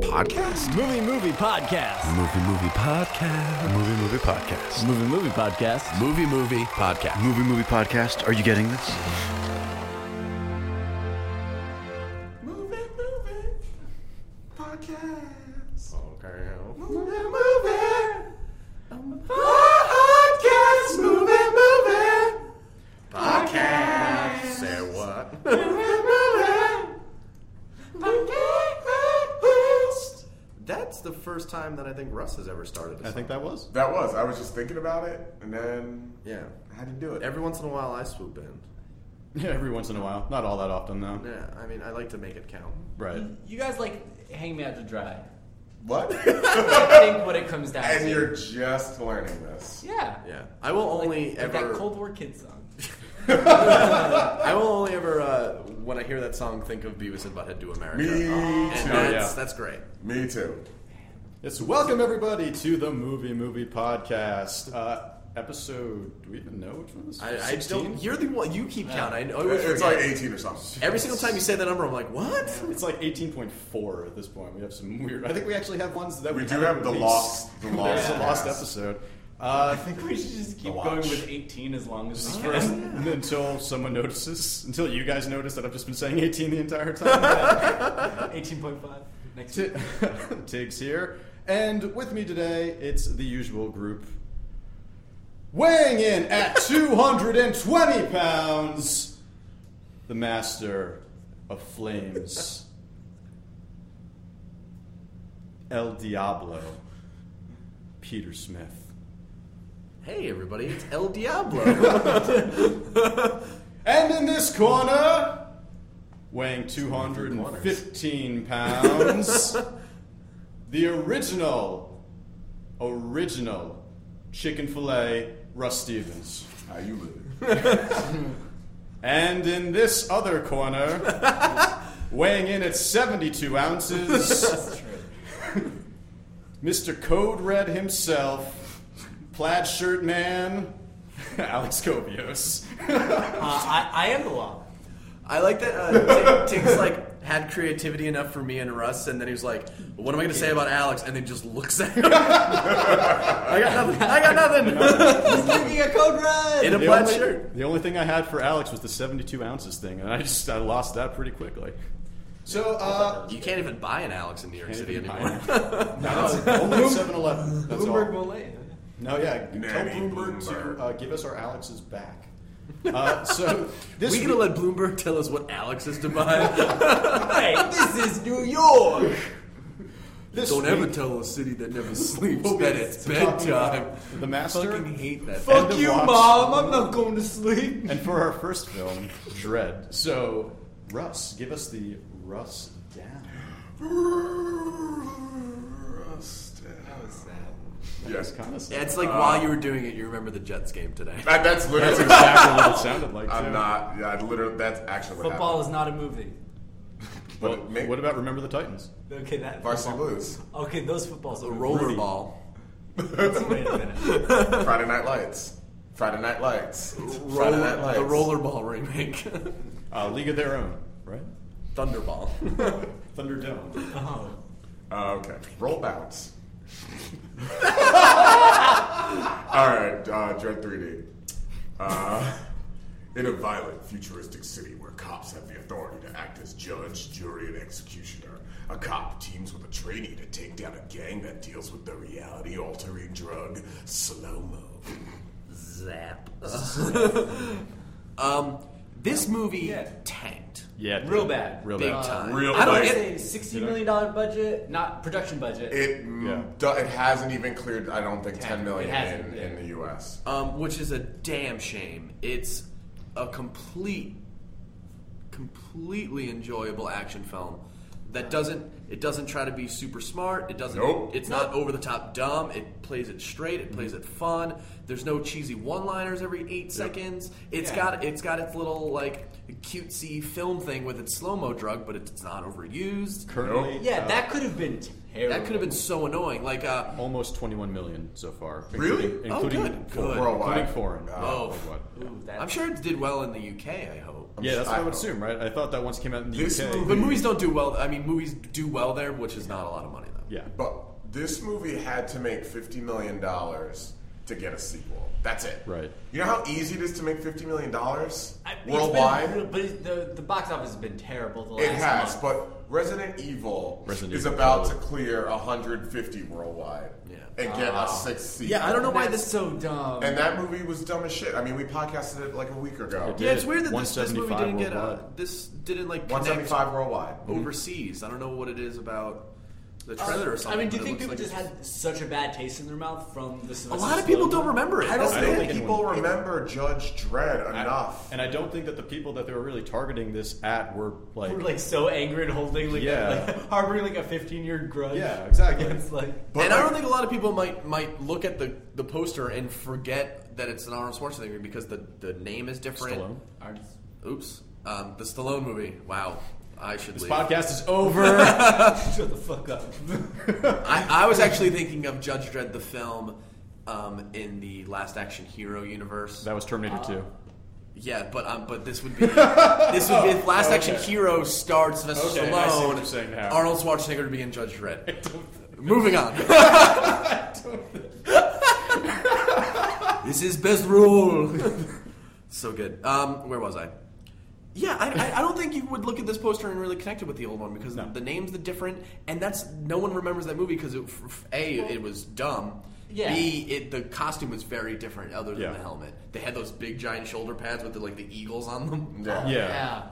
podcast? Movie Movie Podcast. Movie movie podcast. Movie movie podcast. Movie Movie Podcast. Movie movie podcast. Movie Movie Podcast, are you getting this? Move it, move it. Podcast. Okay. Move it, move it. Podcast. Move it, move it. Podcast. Say what? Move it, move it. Podcast. That's the first time that I think Russ has ever started. A I think that was. That was. I was just thinking about it, and then Yeah. I had to do it. Every once in a while, I swoop in. Yeah, every once in a while. Not all that often though. Yeah, I mean, I like to make it count. Right. You guys like hang me out to dry. what? I think what it comes down to. and you're just learning this. yeah. Yeah, I will Like- only like ever. that Cold War kid song. I will only ever uh, when I hear that song think of Beavis and Butthead do America. Me And too. that's, yeah. that's great. Me too. It's welcome everybody to the Movie Movie Podcast. Uh, episode. Do we even know which one this is? I, I 16? don't. You're the one. You keep count. I know. It's like eight. 18 or something. Every single time you say that number, I'm like, what? It's like 18.4 at this point. We have some weird. I think we actually have ones that we, We do haven't have the released. lost- the There's lost a lost cast. episode. Uh, I think We should just keep watch. going with 18 as long as we first can. until someone notices, until you guys notice that I've just been saying 18 the entire time. 18.5 next T- week. Tiggs here. And with me today, it's the usual group. Weighing in at 220 pounds, the master of flames, El Diablo, Peter Smith. Hey, everybody, it's El Diablo. And in this corner, weighing 215 pounds, the original, original chicken filet, Russ Stevens. How you living? And in this other corner, weighing in at 72 ounces, That's true. Mr. Code Red himself, plaid shirt man, Alex Kobios. Uh, I, I am the law. I like that uh, Tig- Tig's like had creativity enough for me and Russ, and then he was like, "What am I going to say about Alex?" And then just looks at him. I got nothing. I got nothing. He's giving a code red. In a The plaid only- shirt. The only thing I had for Alex was the 72 ounces thing, and I just I lost that pretty quickly. So, uh, You can't even buy an Alex in New York City anymore. only 7 Eleven. That's Bloomberg all. Malay. No, yeah. Tell Nanny Bloomberg Bloomberg. to uh, give us our Alexes back. Uh, so, this we gonna week- let Bloomberg tell us what Alex is to buy. Hey, this is New York. this Don't ever week, tell a city that never sleeps we'll be that it's talking about bedtime. The I Master. fucking hate that. Fuck End of you, watch. Mom. I'm not going to sleep. And for our first film, Dread. So, Russ, give us the Russ down. Yes. Kind of It's like while you were doing it, you remember the Jets game today. That, that's literally. exactly what it sounded like. I'm too. not. Yeah, I literally. That's actually what Football is not a movie. happened. Well, But it make- what about Remember the Titans? Okay, that. Varsity Blues, Okay, those footballs. The are rollerball. Wait a minute. Friday Night Lights, Friday Night Lights, Roll, Friday Night Lights, the rollerball remake. Uh, League of Their Own, right? Thunderball. Thunderdome. Oh. Oh, okay. Roll bounce. All right, uh, Dread 3D. Uh, in a violent, futuristic city where cops have the authority to act as judge, jury, and executioner, a cop teams with a trainee to take down a gang that deals with the reality altering drug slow mo. Zap. um, this movie Yeah. tanked. Yeah, Real bad. Real Big bad. time. real I don't bad. get Say sixty million dollar budget, not production budget. It, mm, Yeah. do- it hasn't even cleared, I don't think, 10 million It hasn't, in, yeah. in the US. um, which is a damn shame. It's a complete, completely enjoyable action film that doesn't. It doesn't try to be super smart. It doesn't. Nope. It's not over the top dumb. It plays it straight. It plays it fun. There's no cheesy one liners every eight seconds. It's Yeah. got. It's got its little like cutesy film thing with its slow mo drug, but it's not overused. Currently, yeah, uh, that could have been terrible. That could have been so annoying. Like, uh, almost 21 million so far. Really? Including, Oh, including good, good. Including Worldwide. foreign. Oh. Oh. worldwide. Ooh, that- I'm sure it did well in the UK. I hope. I'm yeah, just- that's what I, would don't- assume, right? I thought that once came out in the This UK. movie- But movies don't do well. I mean, movies do well there, which is not a lot of money though. Yeah. But this movie had to make fifty million dollars to get a sequel. That's it. Right. You know how easy it is to make fifty million dollars I- it's been- worldwide. but it- the the box office has been terrible. The last It has, month. but Resident Evil Resident is Evil. about to clear 150 worldwide Yeah. and Ah. get a sixth season. Yeah, I don't know why That's this. so dumb. And that movie was dumb as shit. I mean, we podcasted it like a week ago. did. Yeah, it's weird that this, this movie 175 didn't get uh, worldwide. this didn't like connect 175 worldwide. overseas. I don't know what it is about the trailer or Uh, I something. mean, do but you it think people looks just like had such a bad taste in their mouth from a the? lot of people don't remember it? I don't That's the think thing. think people remember Judge Dredd I- enough. and I don't think that the people that they were really targeting this at were like. We're like so angry and holding like, Yeah. like harboring like a 15 year grudge. Yeah, exactly. It's like But and I like- don't think a lot of people might might look at the, the poster and forget that it's an Arnold Schwarzenegger movie because the, the name is different. Stallone? Oops. Um, the Stallone movie. Wow. I should this leave. podcast is over. shut the fuck up. I, I was actually thinking of Judge Dredd the film um, in the Last Action Hero universe. that was Terminator 2. Yeah, but um, but this would be this would be if Last Action Hero starred Sylvester Oh, Okay, I see what Stallone. you're saying now. Arnold Schwarzenegger to be in Judge Dredd. Moving on. this is best rule. so good. Um, where was I? Yeah, I, I, I don't think you would look at this poster and really connect it with the old one because the name's the different, and that's no one remembers that movie because it, f- f- a it was dumb. Yeah. B it, the costume was very different other than Yeah. the helmet. They had those big giant shoulder pads with the, like the eagles on them. Yeah. Yeah. yeah.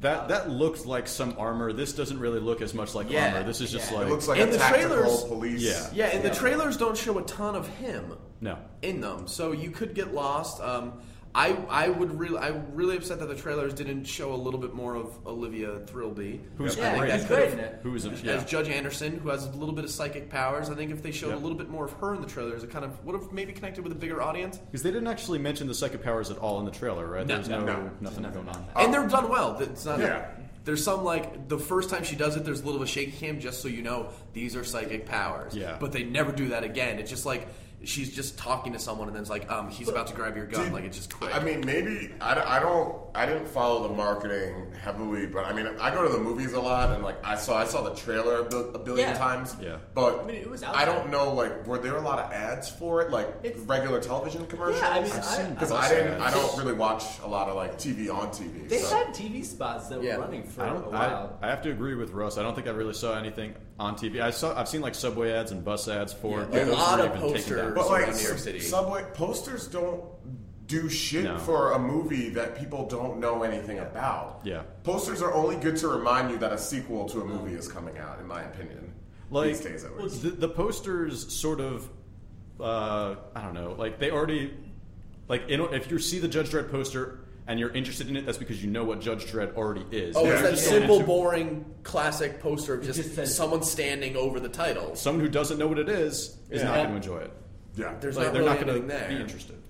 That that looks like some armor. This doesn't really look as much like Yeah, armor. This is just yeah. like. It looks like In a the tactical trailers- police. Yeah. Yeah, and the trailers don't show a ton of him no. in them, so you could get lost. Um, I I would really I'm really upset that the trailers didn't show a little bit more of Olivia Thrillby. Who's Yeah, great? that's great in it. Who's a, As yeah. Judge Anderson, who has a little bit of psychic powers, I think if they showed Yeah. a little bit more of her in the trailers, it kind of would have maybe connected with a bigger audience. Because they didn't actually mention the psychic powers at all in the trailer, right? No, There's no, no. nothing going on. and they're done well. It's not. Yeah. There's some like the first time she does it, there's a little of a shaky cam just so you know these are psychic powers. Yeah. But they never do that again. It's just like she's just talking to someone and then it's like um he's about to grab your gun. Dude, like it's just quick. I mean, maybe I, I don't. I didn't follow the marketing heavily, but I mean, I go to the movies a lot, and like I saw, I saw the trailer a, bil- a billion Yeah. times. Yeah. But I, mean, it was out don't there. know. Like, were there a lot of ads for it? Like It's- regular television commercials? Yeah, I mean, I- because I, bus didn't. I ads. don't really watch a lot of like TV on TV. They so. had TV spots that Yeah. were running for I a don't. I, while. I have to agree with Russ. I don't think I really saw anything on TV. I saw. I've seen like subway ads and bus ads for. it, Yeah, but a those lot were of even taken down. posters. but like around New York s- City. subway posters don't do shit No. for a movie that people don't know anything about. Yeah. posters are only good to remind you that a sequel to a movie is coming out, in my opinion. Like these days, at least. The, the posters sort of. Uh, I don't know. Like they already. Like you know, if you see the Judge Dredd poster and you're interested in it, that's because you know what Judge Dredd already is. Oh, it's If you're that just going simple, into- boring, classic poster of just, just says- someone standing over the title. Someone who doesn't know what it is is not Yeah. going to enjoy it. Yeah, There's Like not they're really not going anything to there. be interested.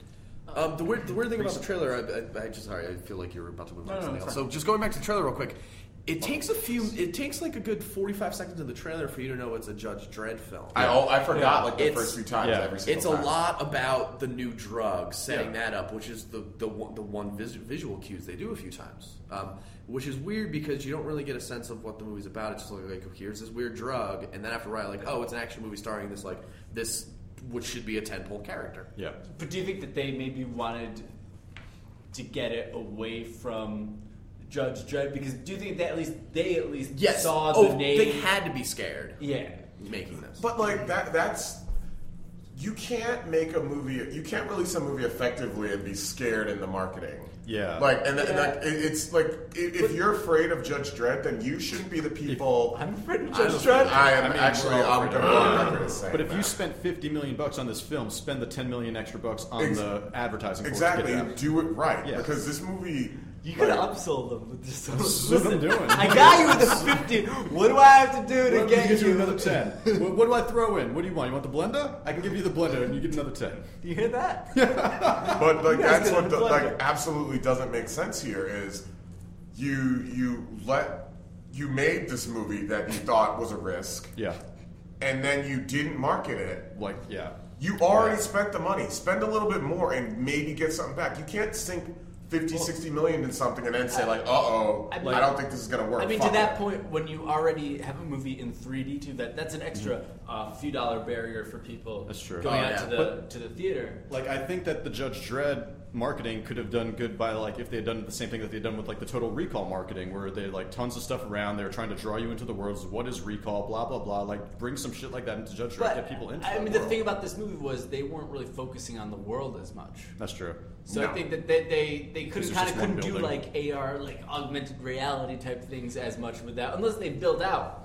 Um, the weird, the weird thing about the trailer, I, I, I just sorry, I feel like you're about to move on to something else. So just going back to the trailer real quick, it takes a few, it takes like a good 45 seconds of the trailer for you to know it's a Judge Dredd film. I al- I forgot like the It's- first few times yeah. every single it's a time. lot about the new drug, setting Yeah. that up, which is the the one, the one vis- visual cues they do a few times, um, which is weird because you don't really get a sense of what the movie's about. It's just like, like, here's this weird drug, and then after a while, like, oh, it's an action movie starring this like this, which should be a tentpole character. Yeah. But do you think that they maybe wanted to get it away from Judge Dredd? Because do you think that at least they at least Yes, saw the oh, name? they had to be scared. yeah. making this. But like that that's you can't make a movie you can't release a movie effectively and be scared in the marketing. Yeah. Like and, th- and, Yeah. like, it- it's like i- if you're afraid of Judge Dredd, then you shouldn't be the people. I'm i afraid of Judge don't- Dredd. am I mean, actually we're all I'm afraid going of on record as saying But if that. you spent 50 million bucks on this film, spend the 10 million extra bucks on Ex- the advertising. for it to get exactly it out. do it right Yeah. because this movie You could like, have upsold them with this. That's what I'm doing. I got you with the 50. What do I have to do to Well, get you another 10. what, what do I throw in? What do you want? You want the blender? I can give you the blender and you get another 10. Do you hear that? But guys like that's did what it the, with like pleasure. absolutely doesn't make sense here is you you let you made this movie that you thought was a risk Yeah. and then you didn't market it. Like, yeah. You already spent the money. Spend a little bit more and maybe get something back. You can't sink 50, 60 million in something and then say like, uh-oh, I I, mean- don't think this is going to work. I mean, to Fuck that it. point, when you already have a movie in 3D, too, that that's an extra uh, few dollar barrier for people Mm-hmm. That's true. going Oh, out yeah. to the But- to the theater. Like I think that the Judge Dredd marketing could have done good by like if they had done the same thing that they'd done with like the Total Recall marketing, where they like tons of stuff around. They're trying to draw you into the worlds. of What is recall? Blah blah blah. Like bring some shit like that into Judge Dredd, But get people into. I that mean, the world. thing about this movie was they weren't really focusing on the world as much. that's true. So I No. think that they they, they Because couldn't there's kind of just one couldn't do building. like AR like augmented reality type things as much with that unless they built out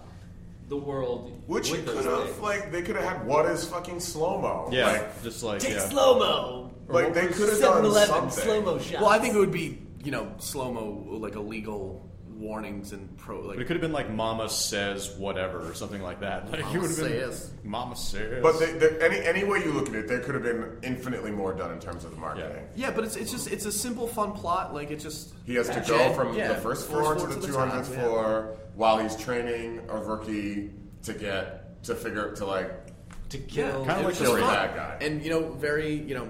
the world. Which you with could those have, things. like, they could have had what is fucking slow-mo. Yeah, Like, just like take yeah. slow mo. Like, they could have done something. slow mo shots. Well, I think it would be you know slow mo like illegal warnings and pro like But it could have been like Mama says whatever or something like that. Like it Mama would have been says. Mama says. But they, they, any any way you look at it, there could have been infinitely more done in terms of the marketing. Yeah, but it's, it's just it's a simple fun plot. Like it's just He has to Jed- go from yeah, the first floor to the two top, hundredth yeah. floor while he's training a rookie to get to figure to like. to Yeah, kill. Kinda it like was the just story fun. that guy. And you know, very you know,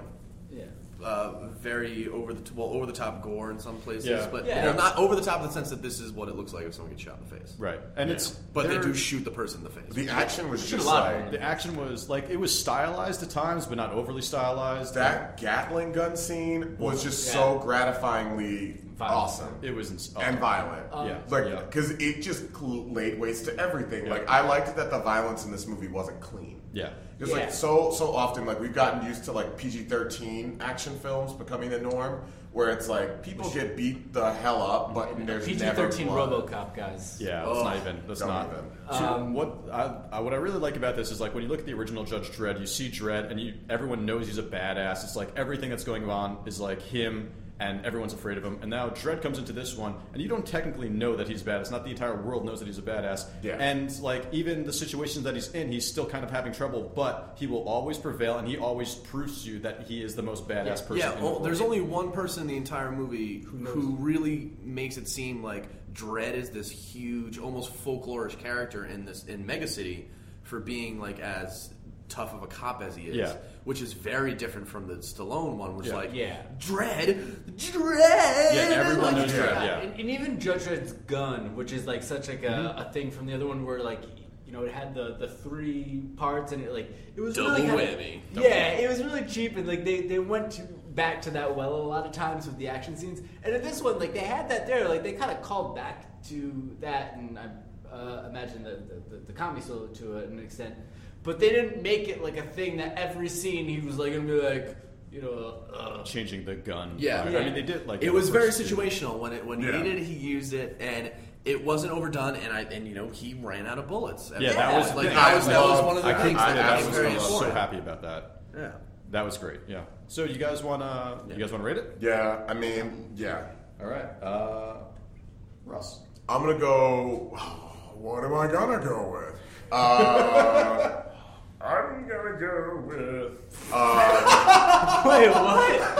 Yeah. uh, very over the t- well over the top gore in some places, Yeah. but Yeah. you know, not over the top in the sense that this is what it looks like if someone gets shot in the face. right, and it's But they they're- do shoot the person in the face. The action was Shoot a just lot of like The action was like it was stylized at times, but not overly stylized. that Gatling gun scene was just so gratifyingly Violent. awesome it was ins- oh. and violent. Yeah, Um, yeah. Like because it just cl- laid waste to everything. Like I liked that the violence in this movie wasn't clean. Yeah. Just Yeah. like so so often like we've gotten used to like PG thirteen action films becoming the norm where it's like people get beat the hell up but there's PG never thirteen blood. RoboCop guys. Yeah, that's not even. That's don't not. even. So Um, what I, I what I really like about this is like when you look at the original Judge Dredd, you see Dredd, and you everyone knows he's a badass. It's like everything that's going on is like him, and everyone's afraid of him. And now Dredd comes into this one, and you don't technically know that he's badass. Not the entire world knows that he's a badass. Yeah. And like even the situations that he's in, he's still kind of having trouble, but he will always prevail, and he always proves to you that he is the most badass Yeah. person. yeah, in the well, world. there's only one person in the entire movie who, who really makes it seem like Dread is this huge, almost folklorish character in this in Megacity for being like as tough of a cop as he is. Yeah. Which is very different from the Stallone one, which Yeah. like Yeah. Dread, Dread. Yeah, everyone like, knows Dredd, Yeah, yeah. And, and even Judge Red's gun, which is like such like a, a thing from the other one, where like you know it had the the three parts and it like it was really Double kinda- whammy. yeah, it was really cheap and like they they went to back to that well a lot of times with the action scenes, and in this one like they had that there, like they kind of called back to that, and I uh, imagine the the, the, the comedy still to an extent. But they didn't make it like a thing that every scene he was like gonna be like, you know, uh, changing the gun. Yeah. I mean they did like it in was the very first two. situational when it when he Yeah. needed it, he used it and it wasn't overdone and I and you know he ran out of bullets. Yeah, that was the like thing. that was, I that was love- one of the I things couldn't I say that I was was absolutely very I was love so important. happy about that. Yeah. That was great. Yeah. So you guys wanna you guys wanna rate it? Yeah, I mean, yeah. All right. Uh, Russ. I'm gonna go what am I gonna go with? Uh, I'm gonna go with wait, what?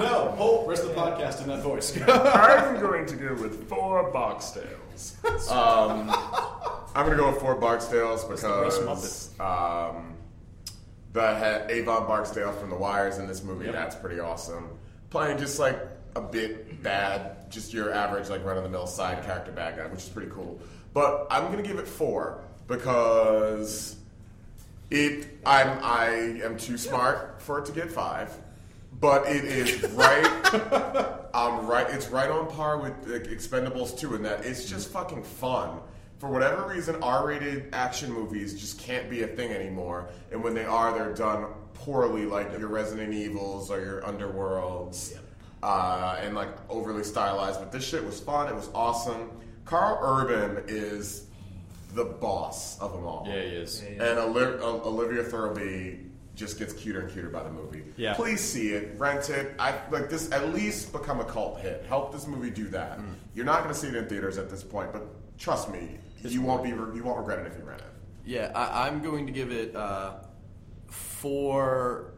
No, whole rest of the podcast in that voice. I'm going to go with four Boxtails. Um, I'm going to go with four Boxtails Russ because um, the he- Avon Barksdale from The Wires in this movie. Yep. That's pretty awesome. Playing just like a bit bad, just your average like run of the mill side character bad guy, which is pretty cool. But I'm going to give it four because it I'm I am too smart for it to get five, but it is right. I'm right. It's right on par with like, Expendables two in that it's just fucking fun. For whatever reason, R-rated action movies just can't be a thing anymore, and when they are, they're done poorly, like your Resident Evils or your Underworlds, uh, and like overly stylized. But this shit was fun. It was awesome. Carl Urban is the boss of them all. Yeah, he is. Yeah, And Oli- O- Olivia Thirlby just gets cuter and cuter by the movie. Yeah. Please see it, rent it. I like this. At least become a cult hit. Help this movie do that. You're not going to see it in theaters at this point, but trust me, you won't be. Re- you won't regret it if you rent it. Yeah, I, I'm going to give it uh, four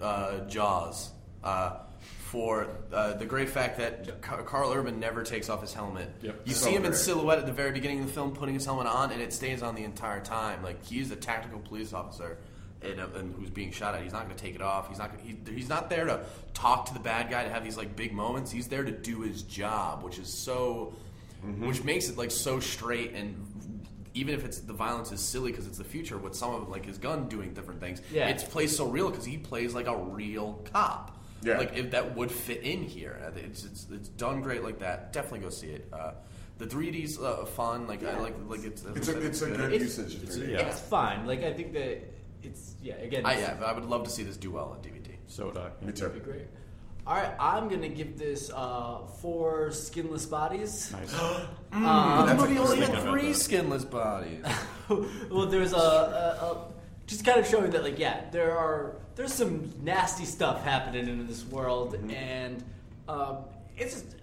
uh, Jaws uh, for uh, the great fact that Car- Carl Urban never takes off his helmet. Yep. You So see him in great. silhouette at the very beginning of the film putting his helmet on, and it stays on the entire time. Like, he's a tactical police officer. and, uh, and who's being shot at. He's not going to take it off. He's not. Gonna, he, he's not there to talk to the bad guy to have these like big moments. He's there to do his job, which is so, which makes it like so straight and. Even if it's the violence is silly because it's the future, with some of it, like his gun doing different things, Yeah. it's plays so real because he plays like a real cop. Yeah. Like if that would fit in here. I think It's it's, it's done great like that. Definitely go see it. Uh, the 3D's uh, fun. Like I like like it's It's a, it's a good It's- usage of 3D. Yeah. It's fine. Like I think that it's yeah. Again, I it's- yeah, I would love to see this do well on DVD. So would I. Me too. That'd be great. All right, I'm gonna give this uh, four skinless bodies. the movie only thinking had about three that. skinless bodies. well, there's a, a, a just kind of showing that like yeah, there are there's some nasty stuff happening in this world, Mm-hmm. and um, it's just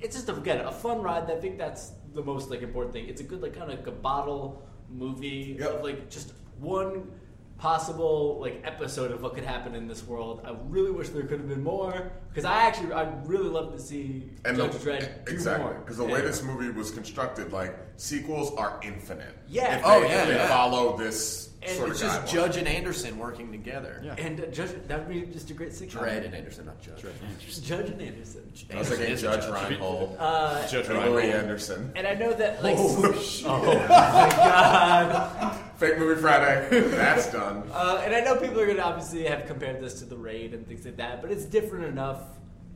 it's just again a fun ride. I think that's the most like important thing. It's a good like kind of like a bottle movie Yep. of like just one possible like episode of what could happen in this world. I really wish there could have been more because I actually I'd really love to see Judge the, Dredd do exactly more. because the way this movie was constructed, like sequels are infinite. Yeah. If Oh, they, yeah, If they yeah. follow this And sort it's of just guideline. Judge and Anderson working together. Yeah. And uh, Judge, that would be just a great sitcom. Dredd and Anderson, not Judge. Judge and Anderson. I was like, Anderson hey, is a Judge judge. Reinhold, Judge and Reinhold. Louis Anderson. And I know that like Fake Movie Friday. That's done. uh, and I know people are gonna obviously have compared this to the raid and things like that, but it's different enough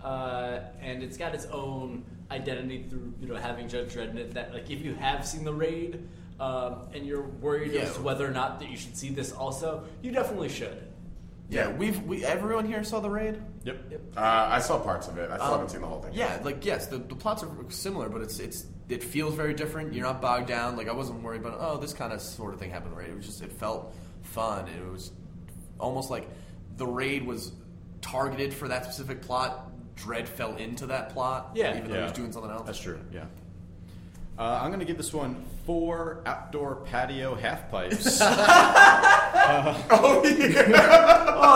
uh, and it's got its own identity through you know having Judge Dredd in it that like if you have seen the raid um, and you're worried Yeah. as to whether or not that you should see this also, you definitely should. Yeah, we've we everyone here saw the raid. Yep. Uh, I saw parts of it. I still Um, haven't seen the whole thing. Yeah, like yes, the, the plots are similar, but it's it's it feels very different. You're not bogged down. Like I wasn't worried about oh this kind of sort of thing happened right. It was just it felt fun. and It was almost like the raid was targeted for that specific plot. Dread fell into that plot. Yeah. even though he was doing something else. That's true. Yeah. Uh, I'm going to give this one four outdoor patio half pipes. Oh,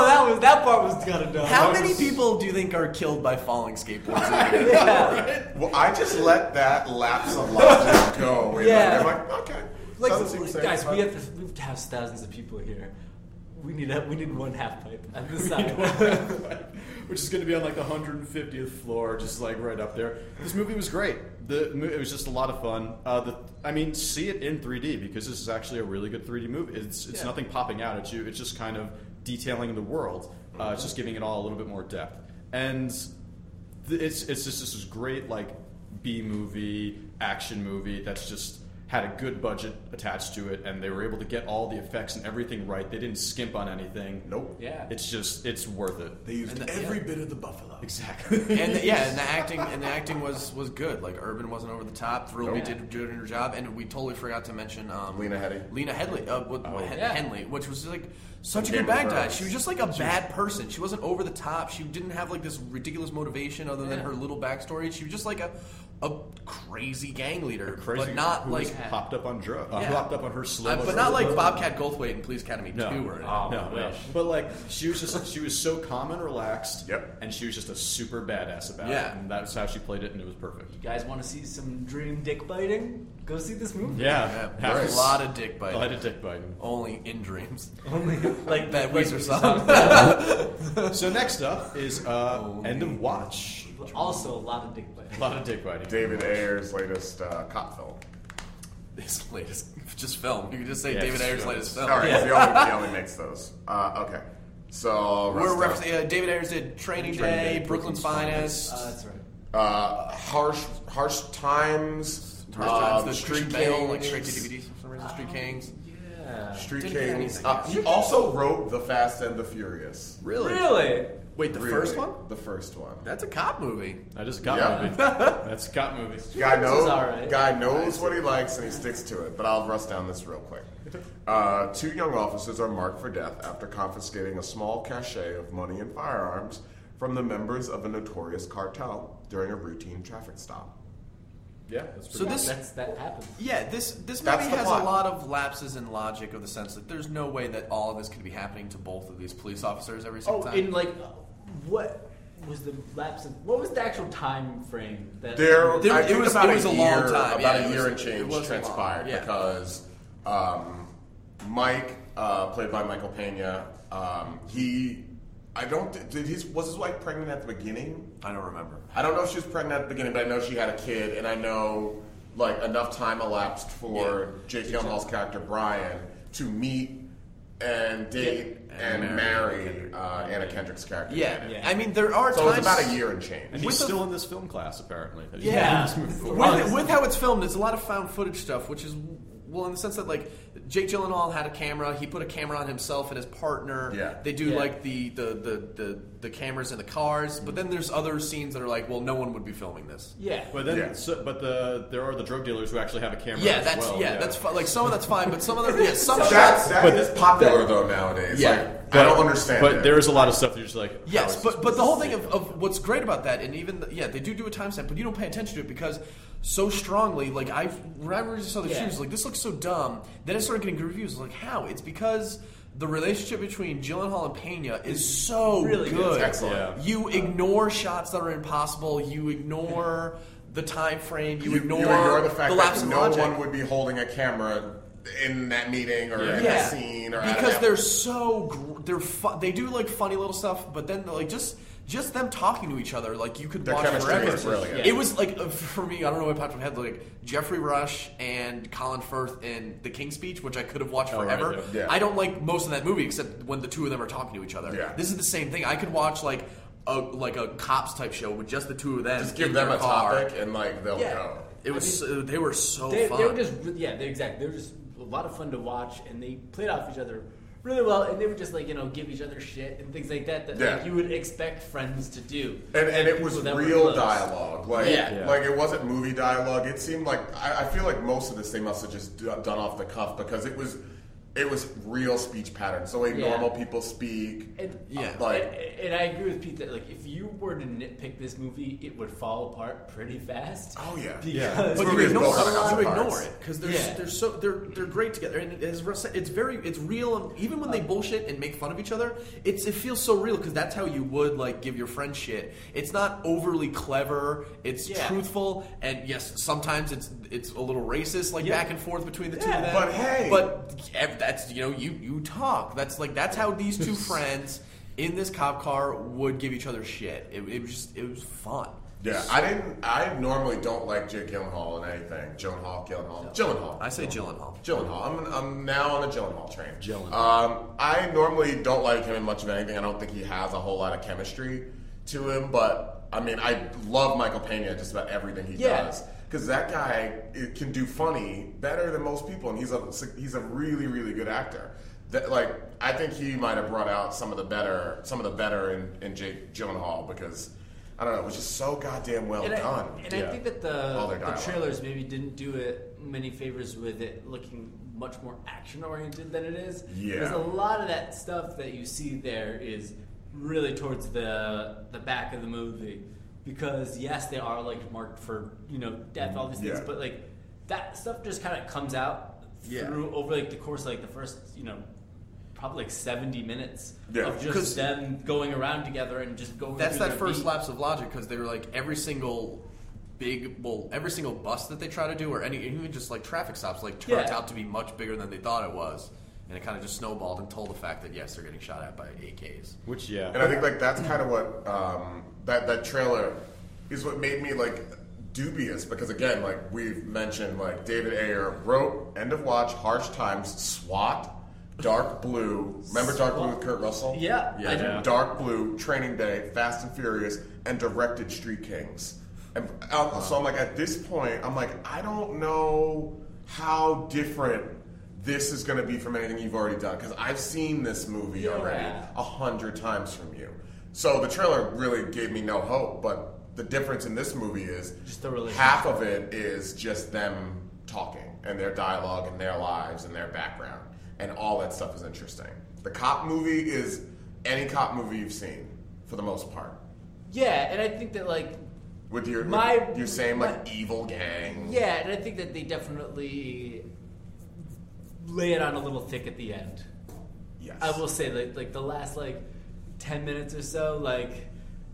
that was that part was kind of dumb. How many people do you think are killed by falling skateboards? in a year? Well, I just let that lapse of logic go. and Yeah. I'm like, okay. Like, doesn't seem safe, guys, but- we have, to, we have to have thousands of people here. We need a, we need one half pipe at the side. which is going to be on like the 150th floor, just like right up there. This movie was great. The mo- it was just a lot of fun. Uh, the I mean, see it in 3D because this is actually a really good 3D movie. It's it's Yeah. nothing popping out at you. It's just kind of detailing the world. Uh, it's just giving it all a little bit more depth. And th- it's it's just this is great like B movie action movie that's just had a good budget attached to it, and they were able to get all the effects and everything right. They didn't skimp on anything. Nope. yeah. uh, It's just it's worth it. They used And the- every bit of the buffalo. Exactly. and the, yeah, and the acting and the acting was was good. Like Urban wasn't over the top. Thrill Nope. did did her job, and we totally forgot to mention um, Lena Headey. Lena Headley, uh, with, Hen- Yeah. Henley, which was like such a Game good of bad guy. Thrones. She was just like a bad person. She wasn't over the top. She didn't have like this ridiculous motivation other than Yeah. her little backstory. She was just like a a crazy gang leader, crazy, but not who was like. hopped up on drugs, Yeah. hopped up on her uh, slow, but not like Bobcat Goldthwait in Police Academy No, Oh. 2 or anything. no, no. But like she was just she was so calm and relaxed. Yep. And she was just a super badass about Yeah. it, and that's how she played it, and it was perfect. You guys want to see some dream dick biting? Go see this movie. Yeah, Yeah, there was a lot of dick a biting. lot of dick biting. Only in dreams. Only like That like- Weezer song. so next up is uh, End of Watch. Also, a lot of dick biting. A lot of dick biting. David Ayer's latest uh, cop film. His latest, just film. You could just say Yeah, David just Ayer's film. latest film. All right, he, only, he only makes those. Uh, okay, so We're Rusta. referencing uh, David Ayers did Training, Day, Brooklyn's, Finest. Uh, that's right. uh, harsh, harsh times. Harsh um, Times, the uh, Street Uh, Street Mail, like Kings. straight to DVDs for some reason. Street Kings. Yeah. Street Didn't get Kings. anything. Uh, he also wrote The Fast and the Furious. Really? Really? Wait, the Really. first one? The first one. That's a cop movie. That is a cop Yeah. movie. That's a cop movie. Guy knows, all right. guy knows what he likes and he sticks to it. But I'll rust down this real quick. Uh, two young officers are marked for death after confiscating a small cache of money and firearms from the members of a notorious cartel during a routine traffic stop. Yeah. That's So pretty- this- That's that happens. Yeah, this this That's movie the has plot. a lot of lapses in logic of the sense that there's no way that all of this could be happening to both of these police officers every single Oh, time. in like what was the lapse of what was the actual time frame that There, There- I it think was- about it was a long year- time. About Yeah, a it year was- and it change wasn't long. transpired Yeah. because um, Mike, uh, played by Michael Pena, um, he. I don't. Did his was his wife pregnant at the beginning? I don't remember. I don't know if she was pregnant at the beginning, but I know she had a kid, and I know like enough time elapsed for Jake Gyllenhaal's character Brian to meet and date and, And marry marry uh, Anna Kendrick's character. Yeah, I mean there are So it times was about a year and change. And he's With the- still in this film class, apparently. that he's Yeah. in this movie for. with, with how it's filmed, there's a lot of found footage stuff, which is well in the sense that like Jake Gyllenhaal had a camera. He put a camera on himself and his partner. Yeah. they do Yeah. like the the, the the the cameras in the cars, but then there's other scenes that are like, well, no one would be filming this. Yeah. But then, Yeah. so, but the there are the drug dealers who actually have a camera. Yeah, as that's well, yeah, that's fi- like some of that's fine, but some of the yeah, some shots. That's that But- is popular though nowadays. Yeah. like, I don't understand. But it. there is a lot of stuff that you're just like. how Yes, is but this but the whole thing possible? of, of what's great about that, and even the, yeah, they do do a timestamp, but you don't pay attention to it because so strongly, like I when I originally saw the Yeah. shoes, like this looks so dumb. Then I started getting good reviews, like how it's because the relationship between Gyllenhaal and Pena is so Really good. good. It's excellent. Yeah. You ignore shots that are impossible. You ignore the time frame. You, you ignore, ignore the fact lapse that in no logic. one would be holding a camera in that meeting or in yeah. that scene or at because an- they're so gr- they're fu- they do like funny little stuff, but then like just just them talking to each other, like you could Their watch chemistry forever. is brilliant. Yeah. It was like uh, for me, I don't know why it popped in my head like Jeffrey Rush and Colin Firth in The King's Speech, which I could have watched Oh, right, forever. yeah. Yeah. I don't like most of that movie except when the two of them are talking to each other. Yeah. This is the same thing. I could watch like. A, like a cops type show with just the two of them. just give in them their a car. topic and like they'll Yeah. go. It was so- they were so they, fun. they were just re- yeah they exactly they were just a lot of fun to watch and they played off each other really well and they would just like you know give each other shit and things like that that Yeah. like, you would expect friends to do And, and it people was that were real close. dialogue, like Yeah. Yeah. like it wasn't movie dialogue. It seemed like I, I feel like most of this they must have just d- done off the cuff because it was it was real speech patterns. So way Yeah. normal people speak, and, Yeah. like and, and I agree with Pete that like if you were to nitpick this movie it would fall apart pretty fast oh yeah, because But This you movie is ignore, built on a house you of ignore cards. it because they're, Yeah. they're so they're they're great together, and it's it's very it's real. And even when Uh, they bullshit and make fun of each other, it's it feels so real because that's how you would like give your friend shit. It's not overly clever. It's Yeah. truthful, and yes, sometimes it's it's a little racist, like Yeah. back and forth between the two of Yeah. them. But hey. but ev- that's you know you you talk. That's like that's how these two friends in this cop car would give each other shit. It, it was just it was fun. Yeah, I didn't. I normally don't like Jake Gyllenhaal in anything. Gyllenhaal, Gyllenhaal, Gyllenhaal. I say Gyllenhaal. Gyllenhaal. I'm, I'm now on a Gyllenhaal train. Gyllenhaal. Um, I normally don't like him in much of anything. I don't think he has a whole lot of chemistry to him. But I mean, I love Michael Pena just about everything he Yeah. does because that guy it, can do funny better than most people, and he's a he's a really really good actor. That like I think he might have brought out some of the better some of the better in, in Jake Gyllenhaal because I don't know it was just so goddamn well and done. I, and I Yeah. think that Oh, All the, their the dialogue. trailers maybe didn't do it many favors with it looking much more action oriented than it is. Yeah. Because a lot of that stuff that you see there is really towards the the back of the movie. Because yes, they are like marked for, you know, death, all these things, Yeah. but like that stuff just kinda comes out Yeah. through over like the course of like the first, you know, probably like seventy minutes Yeah. of 'Cause- just them going around together and just going That's through that their first beat. lapse of logic because they were like every single big, well, every single bus that they try to do or any even just like traffic stops like turns Yeah. out to be much bigger than they thought it was, and it kind of just snowballed until the fact that yes, they're getting shot at by AKs. which yeah, And I think like that's kind of what um, that that trailer is what made me like dubious because again like we've mentioned like David Ayer wrote End of Watch, Harsh Times, SWAT, Dark Blue. Remember Dark Blue with Kurt Russell? Yeah, I do. Yeah. Dark Blue, Training Day, Fast and Furious, and directed Street Kings. And uh, so I'm like, at this point, I'm like, I don't know how different this is going to be from anything you've already done because I've seen this movie already Yeah. a hundred times from you. So the trailer really gave me no hope, but the difference in this movie is Just the relationship. half of it is just them talking and their dialogue and their lives and their background and all that stuff is interesting. The cop movie is any cop movie you've seen for the most part. Yeah, and I think that like With your with My- your same like my- evil gang. yeah, and I think that they definitely lay it on a little thick at the end. Yes. I will say like like the last like ten minutes or so, like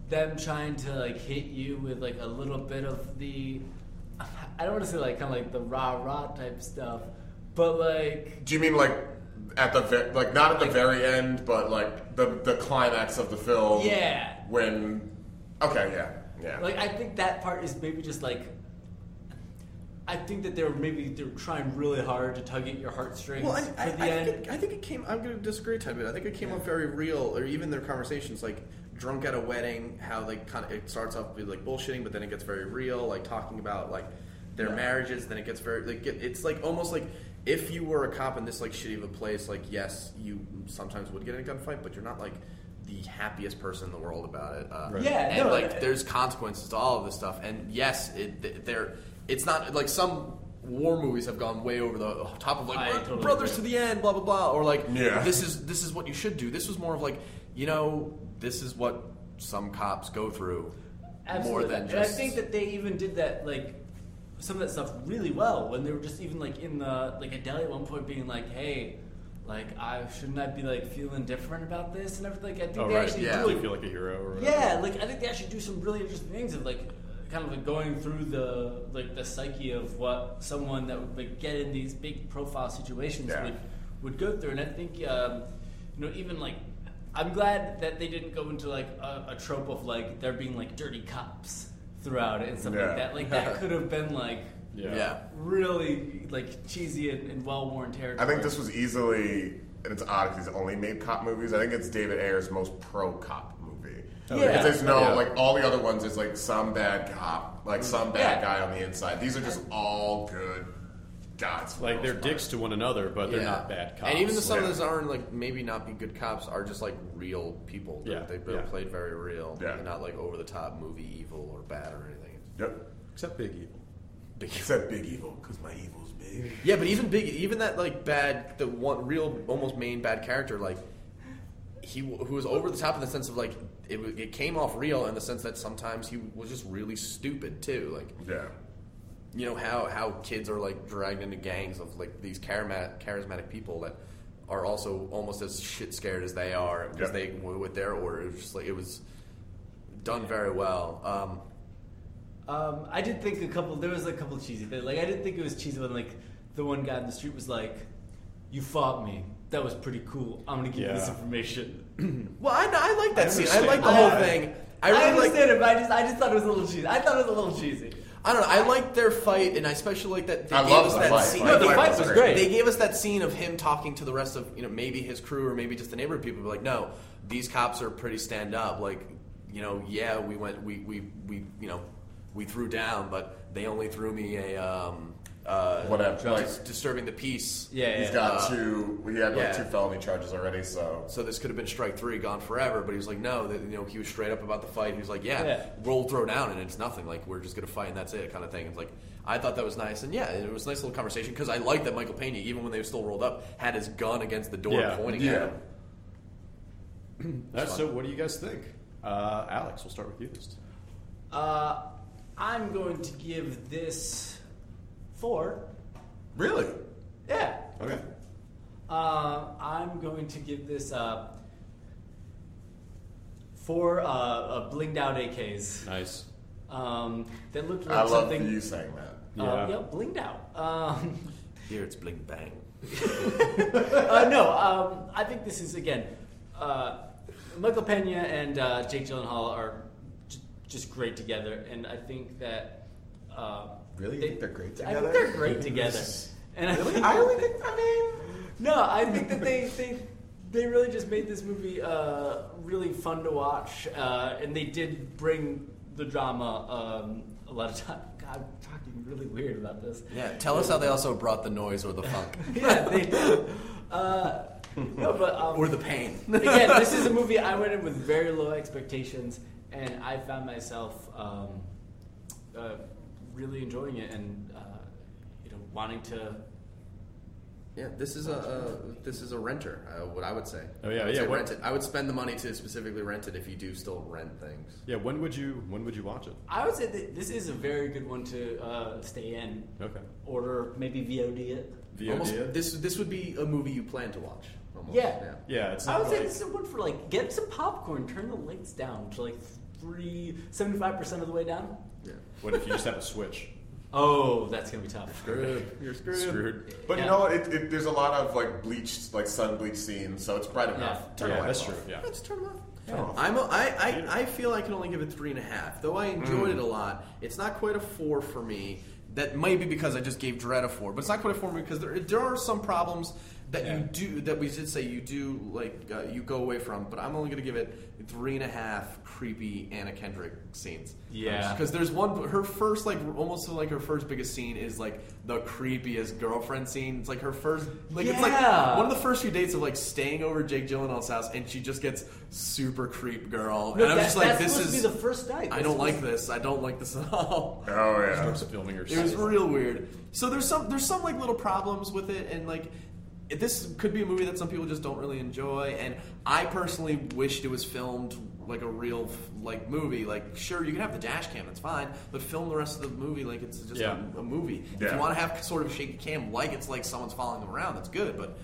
them trying to like hit you with like a little bit of the I don't want to say like kind of like the rah rah type stuff, but like Do you mean like at the ve- like not at the very end, but like the the climax of the film. Yeah. When okay, yeah, yeah. Like I think that part is maybe just like I think that they're maybe they're trying really hard to tug at your heartstrings Well, I, for I, the I, end. think it, I think it came. I'm going to disagree, Ted, but I think it came up very real, or even their conversations, like drunk at a wedding, how like kind of it starts off with like bullshitting, but then it gets very real, like talking about like their marriages. Then it gets very like it, it's like almost like if you were a cop in this like shitty of a place, like yes, you sometimes would get in a gunfight, but you're not like the happiest person in the world about it. Uh, Right. Yeah, and no, like I- there's consequences to all of this stuff. And yes, it, th- there it's not like some war movies have gone way over the top of like I "We're totally brothers agree. to the end, blah blah blah, or like Yeah. this is this is what you should do. This was more of like you know this is what some cops go through Absolutely. more than and just I think that they even did that like some of that stuff really well when they were just even like in the like a deli at one point being like, hey, like I shouldn't I be like feeling different about this and everything. Like, I think Oh they right, actually yeah. do Do it you feel like a hero? Or whatever? Yeah, like I think they actually do some really interesting things of like kind of like going through the like the psyche of what someone that would like get in these big profile situations Yeah. would would go through, and I think um, you know even like. I'm glad that they didn't go into like a, a trope of like there being like dirty cops throughout it and stuff Yeah. like that. Like that could have been like yeah. yeah. really like cheesy and, and well worn territory. I think this was easily, and it's odd because he's only made cop movies. I think it's David Ayer's most pro cop movie. Oh, yeah. Because there's no Yeah. like all the other ones is like some bad cop, like some bad Yeah. guy on the inside. These are just all good guys. for the Like most they're part. dicks to one another, but they're Yeah. not bad cops. And even the some Yeah. of those aren't like maybe not be good cops are just like real people. They're- Yeah, They've been yeah. played very real. Yeah. They're not like over the top movie evil or bad or anything. Yep. except Big Evil. Except Big Evil, because my evil's big. Yeah, but even big, even that like bad, the one real almost main bad character, like he w- who was over the top in the sense of like it, wa- it came off real in the sense that sometimes he was just really stupid too. Like Yeah. you know how how kids are like dragged into gangs of like these charismatic charismatic people that are also almost as shit scared as they are because Yeah. they with their order. It was just like it was done very well. Um, Um, I did think a couple. There was a couple cheesy things. Like I didn't think it was cheesy when like the one guy in the street was like, "You fought me. That was pretty cool. I'm gonna give you this Yeah. information." well, I, I like that scene. I understand. like the whole thing. I really like understand it, but I just I just thought it was a little cheesy. I thought it was a little cheesy. I don't know. I liked their fight, and I especially like that. They I gave love us the that fight. Scene. No, the They- fight was great. They gave us that scene of him talking to the rest of you know maybe his crew or maybe just the neighborhood people. Be like, no, these cops are pretty stand up. Like, you know, yeah, we went, we we we you know, we threw down, but they only threw me a um uh Whatever, like- dis- disturbing the peace. Uh, Yeah, He's yeah. got two. He had like yeah. two felony charges already, so So this could have been strike three, gone forever. But he was like, no, that, you know, he was straight up about the fight. He was like, yeah, Yeah. we'll throw down and it's nothing. Like we're just gonna fight and that's it, kind of thing. It's like I thought that was nice, and yeah, it was a nice little conversation because I liked that Michael Pena, even when they were still rolled up, had his gun against the door Yeah. pointing at yeah. him. All right, so what do you guys think? Uh, Alex, we'll start with you this. Uh, I'm going to give this four. Really? Yeah. Okay. Uh, I'm going to give this uh, four uh, uh, blinged out AKs Nice. um, that looked like I love something. you saying that. Uh, Yeah. yep, blinged out. Um, Here it's bling bang. uh, no, um, I think this is again. Uh, Michael Pena and uh, Jake Gyllenhaal are j- just great together, and I think that. Uh, Really? You think they're great I together? think they're great together, and I think, I really think. I mean, no, I think that they they they really just made this movie uh, really fun to watch, uh, and they did bring the drama um, a lot of time. God, I'm talking really weird about this. Yeah, tell us how they also brought the noise or the funk yeah, they did. Uh, no, but um, or the pain. again, this is a movie I went in with very low expectations, and I found myself um, uh, really enjoying it and uh, you know wanting to. Yeah, this is a uh, this is a renter. Uh, what I would say. Oh, yeah, I would yeah, say what- Rent it. I would spend the money to specifically rent it if you do still rent things. Yeah. When would you When would you watch it? I would say that this is a very good one to uh, stay in, Okay. order maybe VOD it. VOD. Almost, this this would be a movie you plan to watch. Almost. Yeah. yeah, it's I not would say like- this is one for like get some popcorn, turn the lights down to like three seventy five percent of the way down. yeah. What if you just have a switch? Oh, that's gonna be tough. You're screwed. Screwed. But Yeah. you know what? It, it, there's a lot of like bleached, like sun bleached scenes, so it's bright enough. Turn the Yeah, light that's off. true. Yeah. Let's turn them off. I'm a, I, I, I feel I can only give it three and a half. Though I enjoyed it a lot, it's not quite a four for me. That might be because I just gave Dread a four, but it's not quite a four for me because there, there are some problems that you do that we did say you do like uh, you go away from. But I'm only going to give it three and a half creepy Anna Kendrick scenes. Yeah. because there's one her first like almost like her first biggest scene is like the creepiest girlfriend scene. It's like her first like it's like Yeah. one of the the first few dates of like staying over Jake Gyllenhaal's house, and she just gets super creep girl, No, and I'm that- just like, that's this supposed is. to be the first night. I That's don't like supposed- this. I don't like this at all. Oh yeah. Starts filming or It was something. real weird. So there's some there's some like little problems with it, and like it- this could be a movie that some people just don't really enjoy. And I personally wished it was filmed like a real like movie. Like sure, you can have the dash cam, that's fine, but film the rest of the movie like it's just Yeah. a, a movie. If you Yeah. want to have sort of a shaky cam, like it's like someone's following them around, that's good. But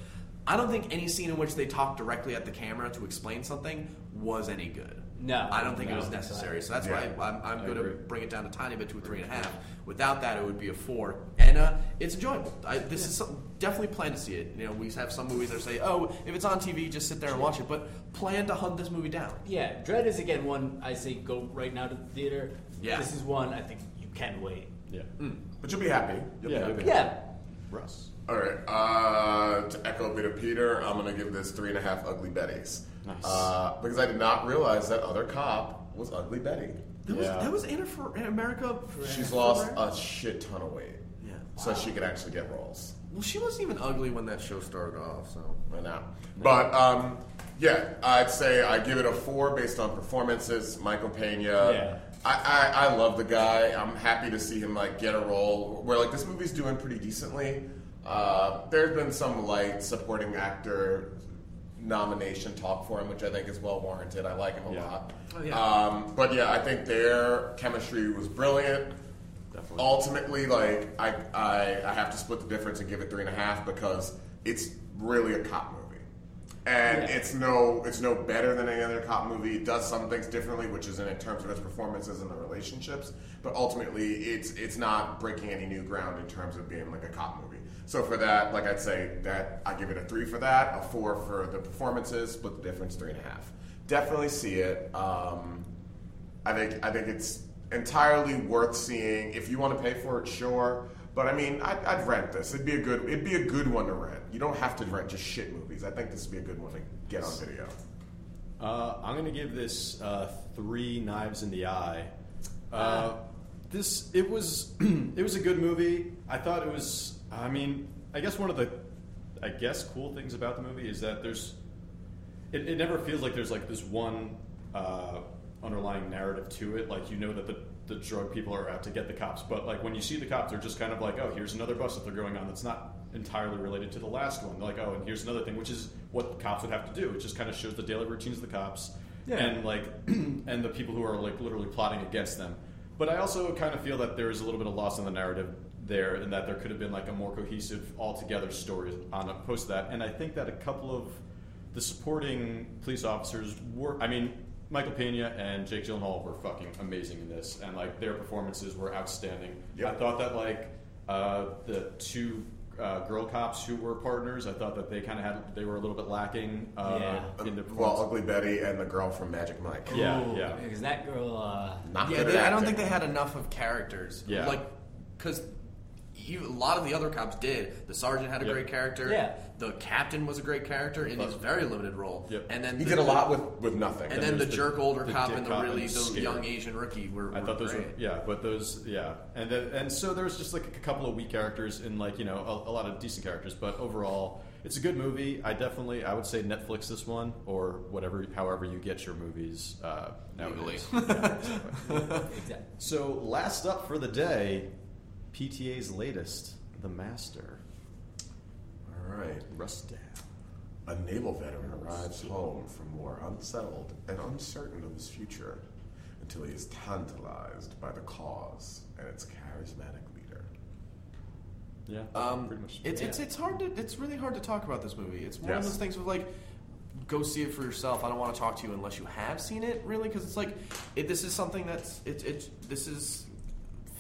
I don't think any scene in which they talk directly at the camera to explain something was any good. No, I don't think it no, was that's not- necessary. So that's Yeah. why I'm, I'm I going to agree. bring it down a tiny bit to a three and a half. Without that, it would be a four. And uh, it's enjoyable. I, this is some, definitely plan to see it. You know, we have some movies that say, "Oh, if it's on TV, just sit there and watch it." But plan to hunt this movie down. Yeah, Dread is again one I say go right now to the theater. Yeah. This is one I think you can wait. Yeah. But you'll be happy. You'll Yeah, Be okay. happy. Yeah. Russ. All right. Uh, to echo a bit of Peter, I'm gonna give this three and a half ugly Bettys. Nice. Uh, because I did not realize that other cop was ugly Betty. That was Yeah. that was Anna for Anna America. for- She's for- lost a shit ton of weight, Yeah. so she could actually get roles. Well, she wasn't even ugly when that show started off. So right now. But um, yeah, I'd say I give it a four based on performances. Michael Pena. Yeah. I, I, I love the guy. I'm happy to see him like get a role where like this movie's doing pretty decently. Uh, there's been some light supporting actor nomination talk for him, which I think is well warranted. I like him a Yeah. lot. Oh, yeah. Um, but yeah, I think their chemistry was brilliant ultimately like I, I i have to split the difference and give it three and a half because it's really a cop movie and Yeah. it's no it's no better than any other cop movie it does some things differently which is in, terms of its performances and the relationships but ultimately it's it's not breaking any new ground in terms of being like a cop movie so for that like i'd say that i give it a three for that a four for the performances split the difference three and a half definitely see it um, I think I think it's entirely worth seeing. If you want to pay for it, sure. But I mean, I'd, I'd rent this. It'd be a good. It'd be a good one to rent. You don't have to rent just shit movies. I think this would be a good one to get on video. Uh, I'm gonna give this uh, three knives in the eye. Uh, this it was it was a good movie. I thought it was. I mean, I guess one of the I guess cool things about the movie is that there's it, it never feels like there's like this one uh, underlying narrative to it. Like you know that the the drug people are out to get the cops, but like when you see the cops, they're just kind of like, oh, here's another bus that they're going on that's not entirely related to the last one. They're like, oh, and here's another thing, which is what the cops would have to do. It just kind of shows the daily routines of the cops Yeah. and like and the people who are like literally plotting against them. But I also kind of feel that there is a little bit of loss in the narrative there, and that there could have been like a more cohesive, altogether story on a post that. And I think that a couple of the supporting police officers were. I mean, Michael Pena and Jake Gyllenhaal were fucking amazing in this, and like their performances were outstanding. Yep. I thought that like uh, the two uh, girl cops who were partners, I thought that they kind of had they were a little bit lacking uh, Yeah. in the Well, performance. Ugly Betty and the girl from Magic Mike. Yeah, Ooh, yeah. Because that girl. Uh, Not yeah, good at they, I don't acting. think they had enough of characters. Yeah. like because a lot of the other cops did. The sergeant had a Yep. great character. Yeah. the captain was a great character in his very limited role. Yep. and then He the- did a lot with with nothing. And then the, there's the- jerk older the cop dick and the cop really and the scared. young Asian rookie were. I were thought those great. were yeah, but those yeah, and then, and so there was just like a couple of weak characters and like you know a, a lot of decent characters, but overall it's a good movie. I definitely I would say Netflix this one or whatever however you get your movies uh, nowadays. exactly. so last up for the day, PTA's latest, The Master, All right. Rust A naval veteran arrives home from war unsettled and uncertain of his future until he is tantalized by the cause and its charismatic leader. Yeah, Um, pretty much. It's, it's it's hard to it's really hard to talk about this movie. It's one of Yes. those things with like, go see it for yourself. I don't want to talk to you unless you have seen it, really, because it's like, it, this is something that's it's it's this is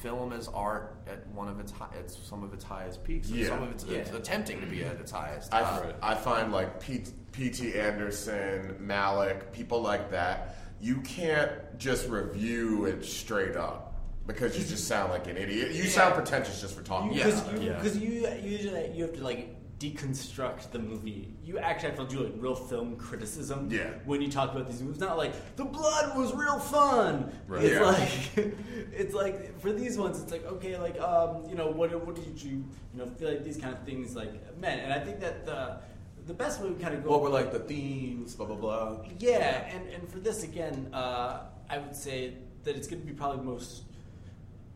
film as art at one of its high, at some of its highest peaks. and Yeah. Some of its, it's Yeah. attempting to be at its highest. I, Uh, I find like P- P.T. Anderson, Malik, people like that, you can't just review it straight up because you just sound like an idiot. You sound pretentious just for talking Yeah. Because about it. you, Yeah. because you usually you have to like deconstruct the movie. You actually have to do like real film criticism. Yeah. When you talk about these movies, not like the blood was real fun. Right. It's Yeah. like it's like for these ones, it's like okay, like um, you know, what what did you you know feel like these kind of things like meant? And I think that the the best way we kind of go what were like the themes? Blah blah blah. yeah, and, and for this again, uh, I would say that it's going to be probably most,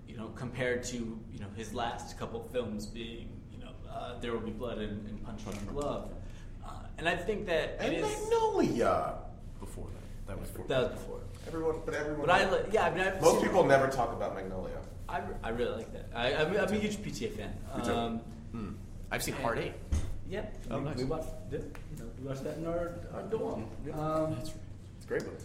you know, compared to you know his last couple films being you know uh, there will be blood and, and punch drunk love, uh, and I think that And it is Magnolia. Before that, that was before. that was before. Everyone, but everyone. But I li- yeah, I mean, I've most seen- people never talk about Magnolia. I, I really like that. I, I'm, I'm a huge PTA fan. too. Oh, Um, I've seen Heart Eight. yeah, we, we watched yeah, you know, we watched that in our, our dorm. Um, It's a great movie.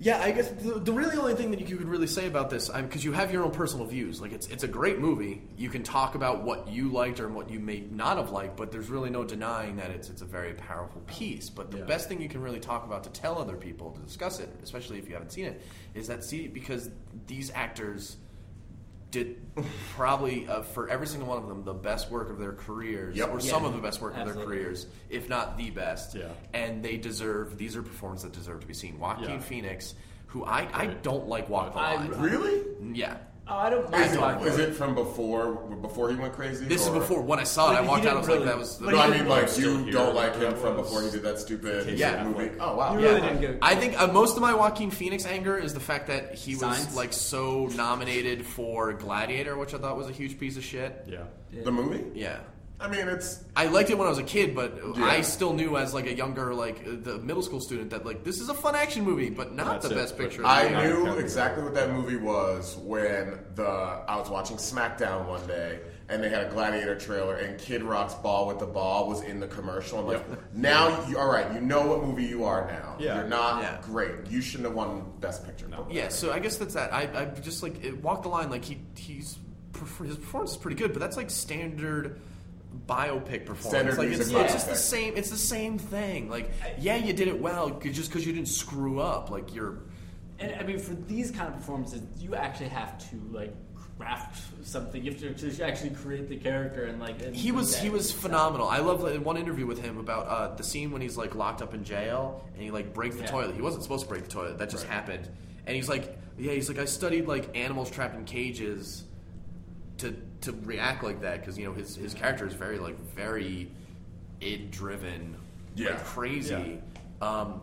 Yeah, I guess the, the really only thing that you could really say about this, because you have your own personal views. Like it's it's a great movie. You can talk about what you liked or what you may not have liked, but there's really no denying that it's it's a very powerful piece. But the best thing you can really talk about to tell other people to discuss it, especially if you haven't seen it, is that see because these actors did probably uh, for every single one of them the best work of their careers Yep. or some Yeah. of the best work of their Absolutely. careers if not the best Yeah. and they deserve these are performances that deserve to be seen joaquin Yeah. phoenix who i, I Right. don't like walk the I- line Really? yeah oh, I don't mind. Is Black it, Widow. is it from before before he went crazy? this is or- before when i saw it But i he walked out i didn't was really- like that was but No, I he mean like Still you here. don't like him That from was- before he did that stupid Yeah. movie. Oh wow! You Yeah. really didn't get. I think uh, most of my Joaquin Phoenix anger is the fact that he was Signs? like so nominated for Gladiator, which I thought was a huge piece of shit. Yeah. The movie? Yeah, I mean, it's I liked it when I was a kid, but Yeah. I still knew as like a younger, like uh, the middle school student, that like this is a fun action movie, but not That's the it. best picture. I Yeah. knew Yeah. exactly what that movie was when the I was watching SmackDown one day and they had a Gladiator trailer and Kid Rock's ball with the ball was in the commercial. I'm like, now you all right? You know what movie you are now. Yeah. You're not Yeah. great. You shouldn't have won Best Picture. No. yeah, so I guess that's that. I, I just like it walked the line. Like he he's perf- his performance is pretty good, but that's like standard biopic performance. Standard like it's, music it's just biopic. the same. It's the same thing. Like yeah, you did it well, 'cause- just because you didn't screw up. Like you're. And I mean, for these kind of performances, you actually have to like craft something. You have to, to actually create the character and like. And He was and he that. was phenomenal. I love like, one interview with him about uh, the scene when he's like locked up in jail and he like breaks the Yeah. toilet. He wasn't supposed to break the toilet. That just happened. And he's like, yeah, he's like, I studied like animals trapped in cages to to react like that because you know his his character is very like very id driven, Yeah. like crazy, um,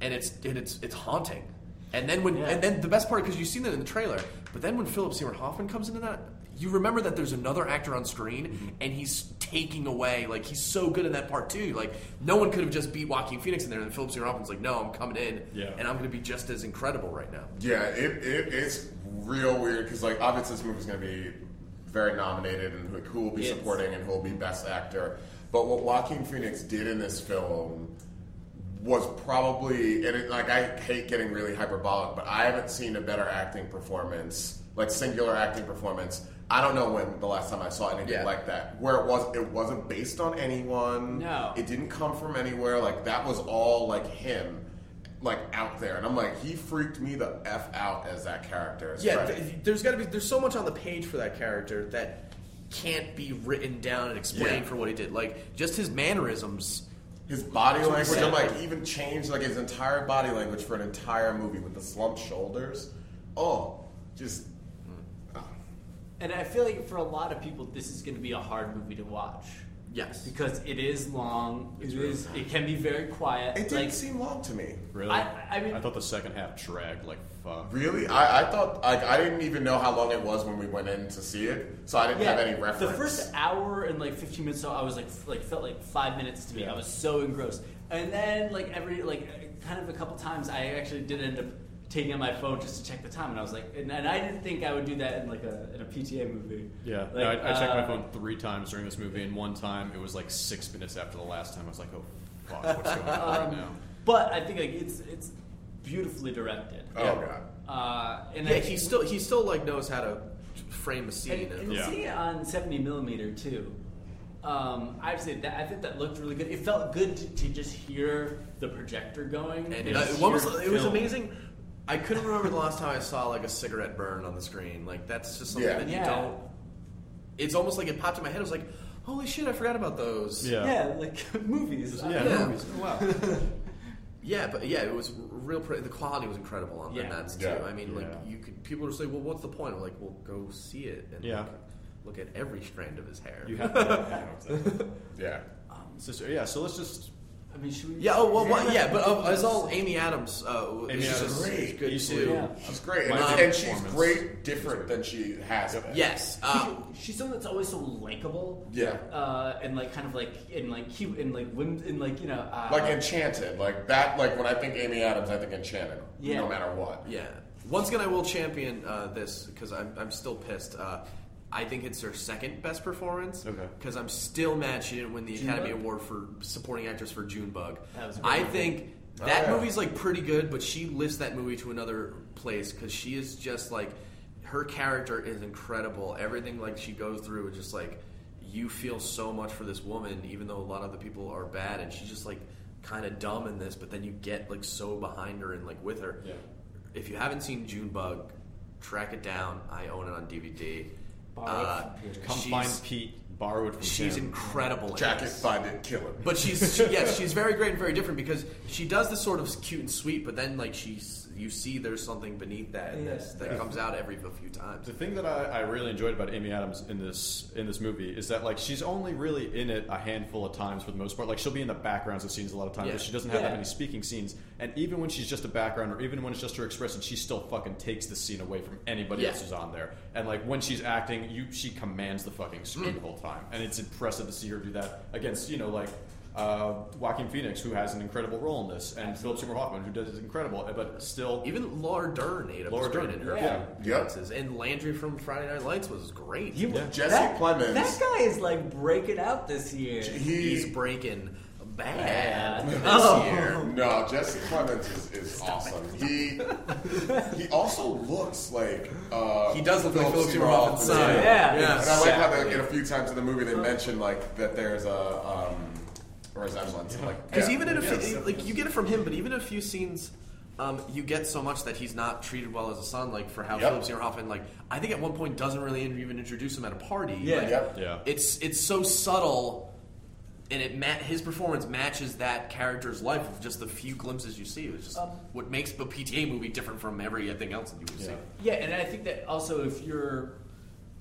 and it's and it's it's haunting. And then when Yeah. and then the best part because you've seen that in the trailer, but then when Philip Seymour Hoffman comes into that, you remember that there's another actor on screen and he's taking away like he's so good in that part too. Like no one could have just beat Joaquin Phoenix in there, and Philip Seymour Hoffman's like, no, I'm coming in Yeah. and I'm going to be just as incredible right now. Yeah, it, it it's real weird because like obviously this movie's gonna be very nominated and who, who will be Yes. supporting and who will be best actor. But what Joaquin Phoenix did in this film was probably and it, like I hate getting really hyperbolic, but I haven't seen a better acting performance, like singular acting performance. I don't know when the last time I saw anything Yeah. like that, where it was it wasn't based on anyone. No. it didn't come from anywhere. Like that was all like him, like out there, and I'm like, he freaked me the f out as that character. as Yeah, Freddy. th- there's got to be. There's so much on the page for that character that can't be written down and explained Yeah. for what he did. Like just his mannerisms. his body language. said. I'm like, even changed like his entire body language for an entire movie with the slumped shoulders. Oh, just And I feel like for a lot of people, this is going to be a hard movie to watch Yes. because it is long. It is. It can be very quiet. it didn't like, seem long to me. Really? I- I mean- thought the second half dragged like fuck. Really, I, I thought like I didn't even know how long it was when we went in to see it, so I didn't yeah, have any reference. The first hour and like 15 minutes, so I was like, f- like felt like five minutes to me. Yeah. I was so engrossed. And then like every like kind of a couple times, I actually did end up taking out my phone just to check the time, and I was like, and, and I didn't think I would do that in like a in a PTA movie. Yeah, Like, no, I, I checked my uh, phone three times during this movie, and one time it was like six minutes after the last time. I was like, oh um, fuck, what's going on right now? But I think like it's it's beautifully directed. oh god. Uh, and Yeah, then- he still he still like knows how to frame a scene. And, And, and Yeah. seeing it on 70 millimeter too, um, I'd say that I think that looked really good. It felt good to, to just hear the projector going. and just uh, what was, hear it was film. amazing. I couldn't remember the last time I saw like a cigarette burn on the screen. Like that's just something Yeah. that you Yeah. don't. It's almost like it popped in my head. I was like, "Holy shit! I forgot about those." Yeah. Yeah, like movies. Yeah, Uh, movies. Oh, Wow. Yeah, but yeah, it was r- real. Pre- the quality was incredible on Yeah. the Nets too. Yeah. I mean, like Yeah. you could people would say, "Well, what's the point?" I'm like, "Well, go see it and Yeah. like, look, at every strand of his hair." You have to. Yeah. Sister, yeah. So let's just. I mean, should we? yeah, oh well, well, yeah, but oh, uh, as all Amy Adams, uh, Amy is Adams. just Great. good Easily. too. Yeah. She's great. And, My and she's performance. great different than she has been. Yes, uh, she's someone that's always so likable. Yeah. Uh, and like kind of like and like cute and like whim and like you know. Uh, Like Enchanted. Like that, like when I think Amy Adams, I think Enchanted. Yeah. No matter what. yeah. Once again, I will champion uh, this because I'm I'm still pissed. Uh, I think it's her second best performance. Okay. Because I'm still mad she didn't win the Junebug? Academy Award for supporting actress for Junebug. That was a great I movie. think that Oh, yeah. movie's like pretty good, but she lifts that movie to another place because she is just like her character is incredible. Everything like she goes through is just like you feel so much for this woman, even though a lot of the people are bad, and she's just like kind of dumb in this. But then you get like so behind her and like with her. Yeah. If you haven't seen Junebug, track it down. I own it on DVD. Borrow it from Peter. Come Uh, she's- find Pete. Borrow it from She's him. incredible. in Jacket, this. find it, kill it. But she's she, yes, she's very great and very different because she does this sort of cute and sweet, but then like she's you see there's something beneath that and Yeah. that's, that comes out every a few times. The thing that I, I really enjoyed about Amy Adams in this in this movie is that like she's only really in it a handful of times for the most part. Like she'll be in the backgrounds of scenes a lot of times, Yeah. but she doesn't have that Yeah. many speaking scenes. And even when she's just a background, or even when it's just her expression, she still fucking takes the scene away from anybody Yeah. else who's on there. And like when she's acting, you she commands the fucking screen the whole time, and it's impressive to see her do that against you know like. Uh, Joaquin Phoenix, who has an incredible role in this, and Philip Seymour Hoffman, who does incredible, but still, Even Laura Dern ate up Laura the screen Dern, in her yeah. Yeah. performances, and Landry from Friday Night Lights was great. He was Jesse that, Plemons. That guy is like breaking out this year. He, He's breaking bad this Oh. year. No, Jesse Clemens is, is awesome. He he also looks like uh, He does look like Philip Seymour Hoffman's Hoffman. son. Yeah. Yeah. and I like how they, Exactly. in a few times in the movie they mention like that there's a um, resemblance. Like Because yeah. even in a Yes. few, like you get it from him, but even in a few scenes, um, you get so much that he's not treated well as a son. Like for how Yep. Philip Seymour Hoffman, like I think at one point doesn't really even introduce him at a party. Yeah. Like, Yep. Yeah. It's it's so subtle, and it ma- his performance matches that character's life with just the few glimpses you see. It's just Um, what makes the PTA movie different from everything else that you would Yeah. see. Yeah, and I think that also if you're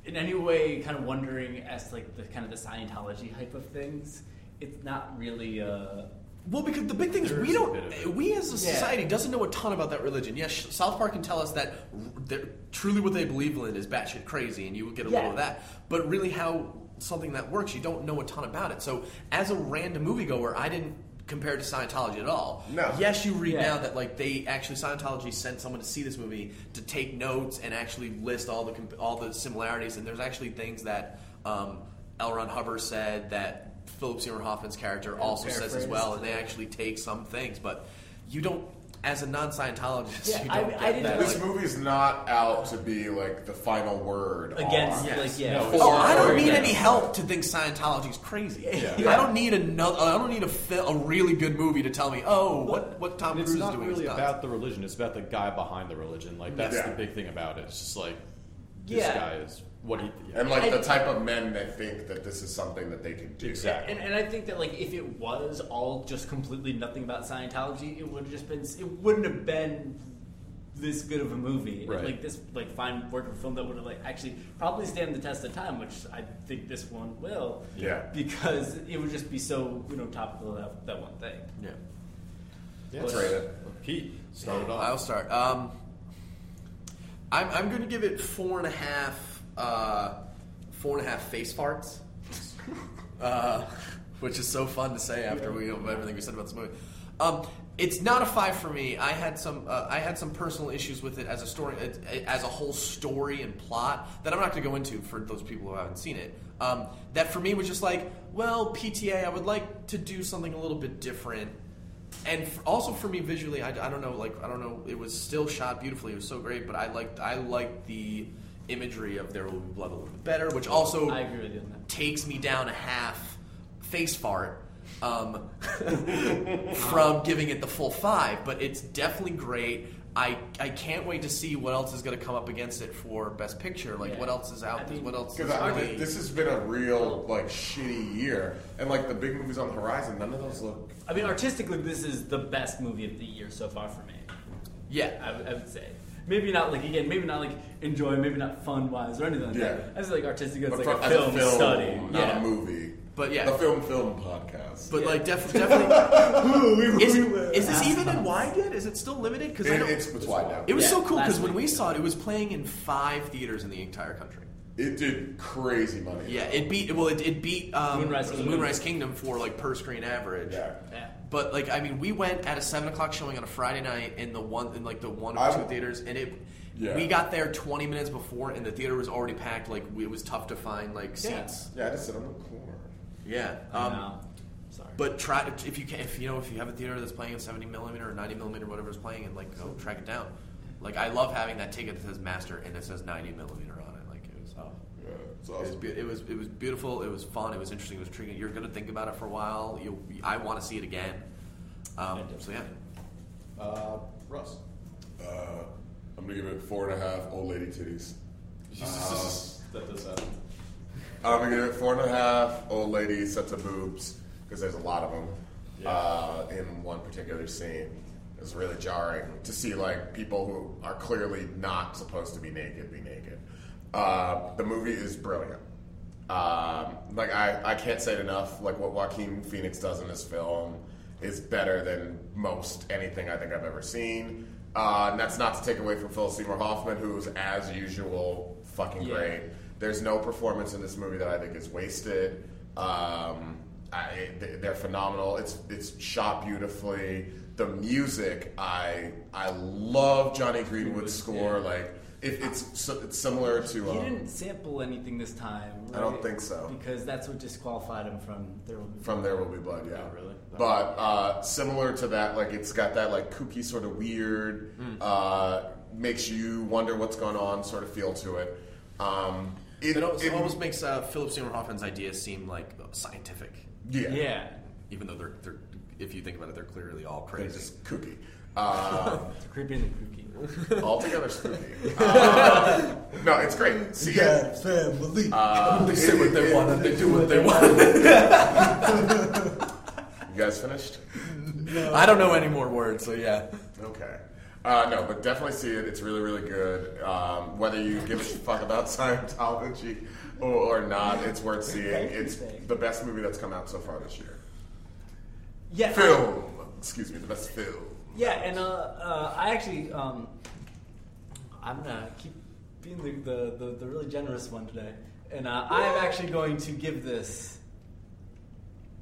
in any way kind of wondering as to, like the kind of the Scientology hype of things, it's not really. Uh, Well, because the big thing is There's we a don't, bit of it. we as a Yeah. society doesn't know a ton about that religion. Yes, South Park can tell us that r- that truly what they believe in is batshit crazy, and you will get a Yeah. little of that. But really, how something that works, you don't know a ton about it. So, as a random moviegoer, I didn't compare it to Scientology at all. No. Yes, you read Yeah. now that like they actually Scientology sent someone to see this movie to take notes and actually list all the comp- all the similarities, and there's actually things that um, L. Ron Hubbard said that. Philip Seymour Hoffman's character also says as paraphrased. well, and they actually take some things, but you don't, as a non-Scientologist, Yeah, you I- don't get I didn't that. know- This movie's not out to be like the final word Against, on- like, Yes. yeah. No, for- it's Oh, I don't Or need against. any help to think Scientology's crazy. Yeah. I don't need another. I don't need a fil- a really good movie to tell me, oh, what what Tom And it's Cruise is not doing really is nuts. about the religion. It's about the guy behind the religion. Like that's Yeah. the big thing about it. It's just like this Yeah. guy is what he. Yeah. And like the I- type of men that think that this is something that they can do. Exactly. And, and I think that like if it was all just completely nothing about Scientology, it would have just been it wouldn't have been this good of a movie. Right. Like this like fine work of film that would have like actually probably stand the test of time, which I think this one will. Yeah. Because it would just be so you know topical of that, that one thing. yeah. Yeah. Let's rate it. Pete started I'll off. start. Um, I'm I'm going to give it four and a half uh, four and a half face farts, uh, which is so fun to say after we everything we said about this movie. Um, it's not a five for me. I had some uh, I had some personal issues with it as a story as a whole story and plot that I'm not going to go into for those people who haven't seen it. Um, that for me was just like, well, PTA. I would like to do something a little bit different and f also for me visually, I, I don't know, like I don't know, it was still shot beautifully. It was so great, but I liked I liked the imagery of there will be blood a little bit better, which also I agree with you on that. takes me down a half face fart um, from giving it the full five, but it's definitely great. I, I can't wait to see what else is going to come up against it for Best Picture. Like, Yeah. what else is out? I there? mean, what else is Because I really- thi- this has been a real like shitty year, and like the big movies on the horizon, none of those look. I mean, artistically, this is the best movie of the year so far for me. Yeah. I, would- I would say. Maybe not like again. Maybe not like enjoy. Maybe not fun wise or anything like Yeah. that. I just like artistic. It's But like from- a film, study. not Yeah. a movie. But yeah. a film film podcast. But, like, def- definitely. is, is this Ass even in bumps. wide yet? Is it still limited? Because I it, don't. it's it's wide now. it was Yeah, so cool because last when week. we saw it, it was playing in five theaters in the entire country. It did crazy money. Yeah, it beat well. It, it beat um, Moonrise Kingdom. Moonrise Kingdom for like per screen average. Yeah. Yeah. But like, I mean, we went at a seven o'clock showing on a Friday night in the one in like the one or I'm- two theaters, and it. Yeah. We got there 20 minutes before, and the theater was already packed. Like we- it was tough to find like Yeah. seats. Yeah, I just sit on the corner. Yeah. I Um, know. Sorry. But try if you can if you know if you have a theater that's playing in 70 millimeter or 90 millimeter whatever is playing, and like go track it down. Like I love having that ticket that says Master and it says 90 millimeter on it. Like it was. Oh. Yeah, it's It was, awesome. be- it was it was beautiful. It was fun. It was interesting. It was intriguing. You're gonna think about it for a while. You, I want to see it again. Um, so yeah, Uh, Russ. Uh, I'm gonna give it four and a half old lady titties. Uh, that does happen. I'm gonna give it Um, four and a half old lady sets of boobs because there's a lot of them uh, in one particular scene. It was really jarring to see like people who are clearly not supposed to be naked be naked. Uh, the movie is brilliant. Um, like I, I can't say it enough. Like what Joaquin Phoenix does in this film is better than most anything I think I've ever seen. Uh, and that's not to take away from Phil Seymour Hoffman, who's as usual fucking Yeah. great. There's no performance in this movie that I think is wasted. Um, I, th- they're phenomenal. It's it's shot beautifully. The music, I I love Johnny Greenwood's score. yeah. Like it, it's si- it's similar to. he Um, didn't sample anything this time. I don't right? think so. Because that's what disqualified him from there. Will Be From There Will Be Blood, yeah. Oh, really? But uh, similar to that, like it's got that like kooky sort of weird, uh, makes you wonder what's going on sort of feel to it. Um, it, it, al- it it- almost makes uh, Philip Seymour Hoffman's ideas seem like scientific, yeah, Yeah. even though they're, they're if you think about it, they're clearly all they're crazy. just kooky. Um, It's creepy and the kooky. altogether spooky. Um, no, it's great. See it. family. Uh, They say what they want and they do what they want. You guys finished? I don't know any more words, so yeah. Okay. Uh, no, but definitely see it. It's really, really good. Um, whether you give a fuck about Scientology or, or not, it's worth seeing. It's the best movie that's come out so far this year. Yeah. Film. Excuse me, the best film. Yeah, and uh, uh, I actually, um, I'm gonna keep being the, the, the, the really generous one today, and uh, I am actually going to give this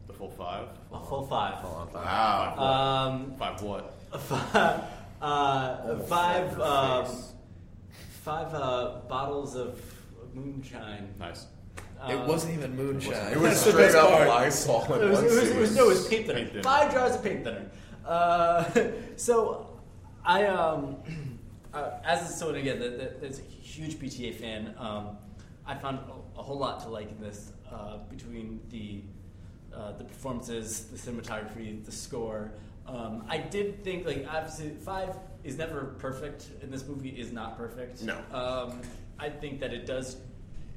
The full five. a full five. Wow. Um, Five what? five, uh, five, um, five uh, bottles of moonshine. Nice. Um, it wasn't even moonshine. It was That's the straight best up part. Lysol It in was, one it was, it was, no, it was scene. paint thinner. Paint thinner. Five jars of paint thinner. Uh, so, I um, uh, as someone again that, that, that's a huge PTA fan, um, I found a, a whole lot to like in this uh, between the uh, the performances, the cinematography, the score. Um, I did think like obviously five is never perfect, and this movie is not perfect. No. Um, I think that it does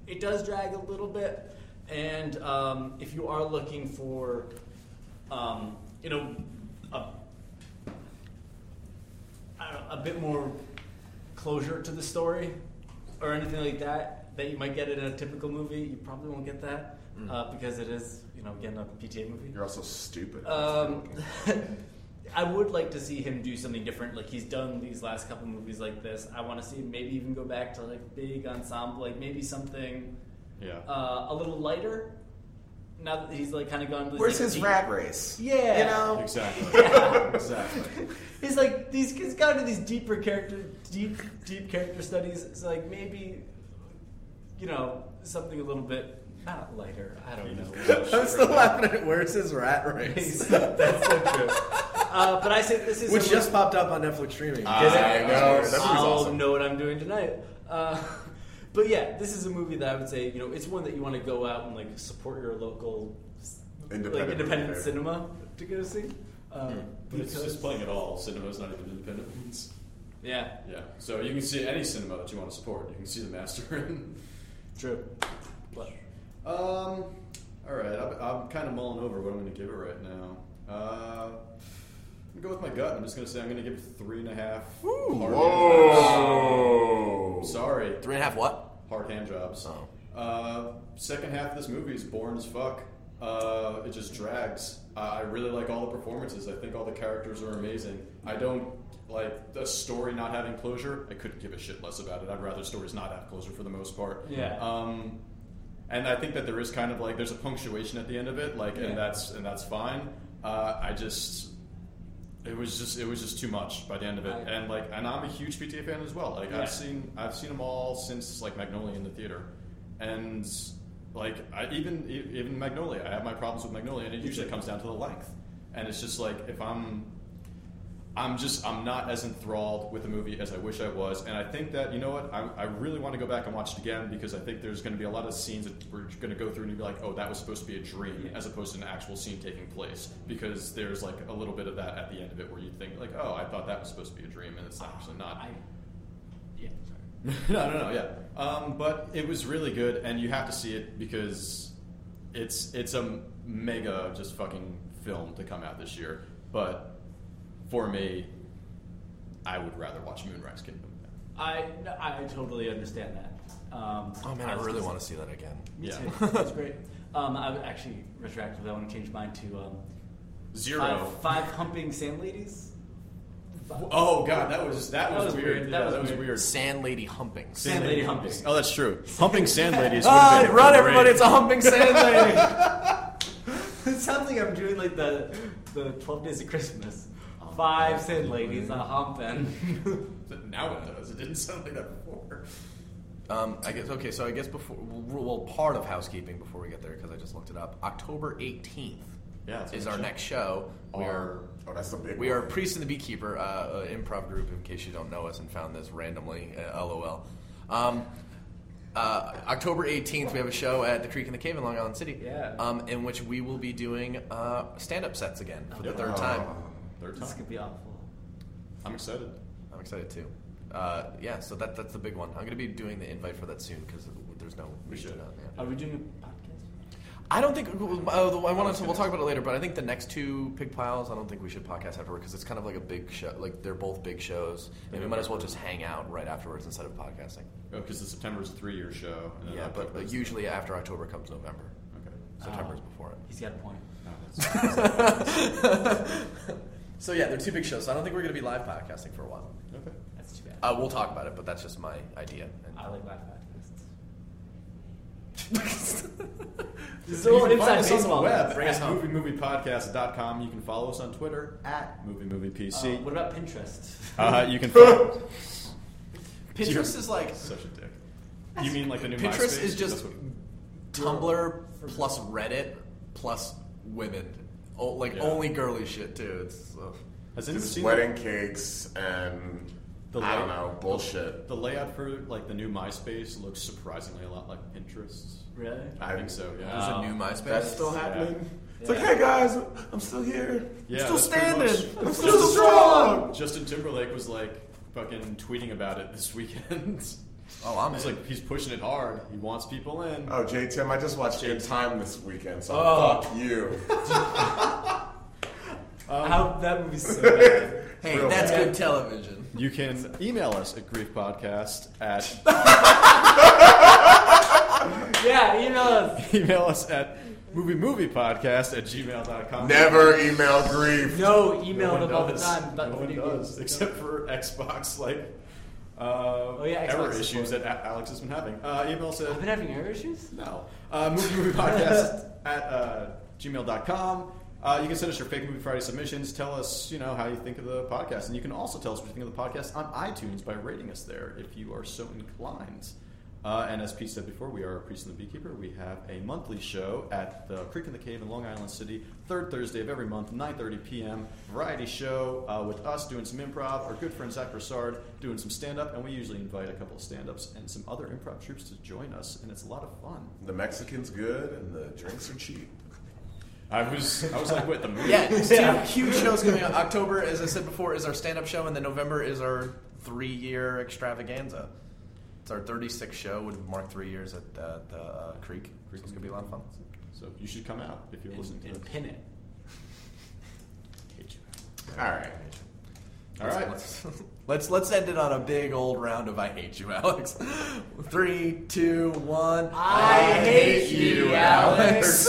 it does drag a little bit, and um, if you are looking for, um, you know, a, I don't know, a bit more closure to the story or anything like that that you might get in a typical movie, you probably won't get that uh, because it is, you know, again a PTA movie. You're also stupid. Um, I would like to see him do something different. Like he's done these last couple movies like this. I want to see him maybe even go back to like big ensemble, like maybe something Yeah. uh, a little lighter. Now that he's like kind of gone. To Where's like, his deep- rat race? Yeah, You know? exactly. exactly. he's like these. He's gone to these deeper character, deep, deep character studies. So like maybe, you know, something a little bit not lighter. I don't know. I'm still laughing at where's his rat race. That's so true. Uh, but I say this is Uh, which something- just popped up on Netflix streaming. I know. That movie's I'll awesome. know what I'm doing tonight. Uh, but yeah, this is a movie that I would say you know it's one that you want to go out and like support your local Independent like independent movie. cinema to go see. Um, but It's just playing at all cinemas, not even independent ones. yeah, Yeah, so you can see any cinema that you want to support. You can see the master in. true. But Um, all right, I'm, I'm kind of mulling over what I'm going to give it right now. Uh, I'm going to go with my gut. I'm just going to say I'm going to give it three and a half. hard Whoa. hand- Sorry, Three and a half what? hard hand jobs. Oh. Uh, second half of this movie is boring as fuck. Uh, it just drags. I I really like all the performances. I think all the characters are amazing. I don't like the story not having closure. I couldn't give a shit less about it. I'd rather stories not have closure for the most part. Yeah. Um, and I think that there is kind of like there's a punctuation at the end of it, like, Yeah. and that's and that's fine. Uh, I just it was just it was just too much by the end of it, I- and like and I'm a huge PTA fan as well. Like Yeah. I've seen I've seen them all since like Magnolia in the theater, and like I even e- even Magnolia, I have my problems with Magnolia, and it usually comes down to the length, and it's just like if I'm I'm just I'm not as enthralled with the movie as I wish I was, and I think that you know what I, I really want to go back and watch it again because I think there's going to be a lot of scenes that we're going to go through and be like, oh, that was supposed to be a dream as opposed to an actual scene taking place because there's like a little bit of that at the end of it where you think like, oh, I thought that was supposed to be a dream and it's actually not. I yeah, sorry. no, no, no, yeah. Um, but it was really good, and you have to see it because it's it's a mega just fucking film to come out this year. But for me, I would rather watch Moonrise Kingdom. I no, I totally understand that. Um, Oh man, I was really just- want to see that again. Me Yeah. too. That's great. Um, I would actually retroactively I want to change mine to um, Zero. five, five humping sand ladies. Oh god, that was that, was, weird. Yeah, That, was, weird. Sand lady humping. Sand lady humping. Oh, that's true. Humping sand ladies. would have Ah, been run, great. everybody! It's a humping sand lady. it sounds like I'm doing like the the Twelve Days of Christmas. Five sin ladies a humping. Now it does. It didn't sound like that before. Um, I guess okay. So I guess before well, well, part of housekeeping before we get there because I just looked it up. October eighteenth Yeah, it's is on our the show. next show. We are Oh, that's a big we one. are Priest and the Beekeeper, uh, uh, improv group. In case you don't know us and found this randomly, uh, lol. Um, uh, October eighteenth, we have a show at the Creek in the Cave in Long Island City. Yeah. Um, in which we will be doing uh, stand-up sets again for the Yep. Oh. third time. Third this time. could be awful. I'm excited. I'm excited too. Uh, yeah, so that that's the big one. I'm going to be doing the invite for that soon because there's no We reason should. not. Yeah. Are we doing a podcast? I don't think. Uh, I want to. We'll talk about it later, but I think the next two pig piles. I don't think we should podcast afterward because it's kind of like a big show. Like they're both big shows, and we might as well just hang out right afterwards instead of podcasting. Because Oh, the September is a three-year show. and then Yeah, but October uh, is- usually after October comes November. Okay. September's Oh. before it. He's got a point. No, that's- So yeah, they're two big shows. So I don't think we're going to be live podcasting for a while. okay. That's too bad. Uh, we'll talk about it, but that's just my idea. And I like live podcasts. this is all You can inside find us on the baseball. web Bring us at home. moviemoviepodcast.com. You can follow us on Twitter at Uh, moviemoviepc. what about Pinterest? Uh, you can follow. Pinterest is like Such a dick. You mean like the new Pinterest MySpace? is just That's what- Tumblr plus Reddit plus women. Oh, like Yeah. only girly shit too. It's uh, Has anyone Just seen wedding cakes and The I light- don't know bullshit. The layout for like the new MySpace looks surprisingly a lot like Pinterest. really? I think so. there's Yeah. Um, a new MySpace. That's still Yeah. happening. It's Yeah. like, hey guys, I'm still here. Yeah, I'm that's still pretty standing. much- I'm still strong. Justin Timberlake was like fucking tweeting about it this weekend. oh, I'm He's in. like he's pushing it hard. He wants people in. Oh, J Tim, I just watched Good Time this weekend, so Oh. fuck you. How, that movie's so bad. hey, real that's bad. good television. You can email us at griefpodcast at yeah, email us. email us at moviemoviepodcast at gmail.com. Never email grief. No, No emailed one them all the does. time. But No one video games. does, except for Xbox, like, uh, Oh, yeah, Xbox error support. issues that A- Alex has been having. Uh, email us I've been at, having error issues? no, uh, moviemoviepodcast at uh, gmail.com. Uh, you can send us your fake movie Friday submissions. Tell us, you know, how you think of the podcast, and you can also tell us what you think of the podcast on iTunes by rating us there if you are so inclined. Uh, and as Pete said before, we are a priest and the beekeeper. We have a monthly show at the Creek in the Cave in Long Island City, third Thursday of every month, 9:30 p.m. Variety show uh, with us doing some improv. Our good friend Zach Broussard doing some stand-up, and we usually invite a couple of stand-ups and some other improv troops to join us, and it's a lot of fun. The Mexican's good and the drinks are cheap. I was I was like, wait, the movie? Yeah, Steve, huge shows coming up. October, as I said before, is our stand-up show, and then November is our three-year extravaganza. It's our 36th show, would mark three years at uh, the uh, Creek. So it's gonna be a lot of fun. So you should come out if you're listening to and it. pin it. All right. All right. Let's, let's let's end it on a big old round of "I hate you, Alex." Three, two, one. I hate you, Alex.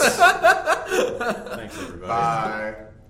Thanks, everybody. Bye.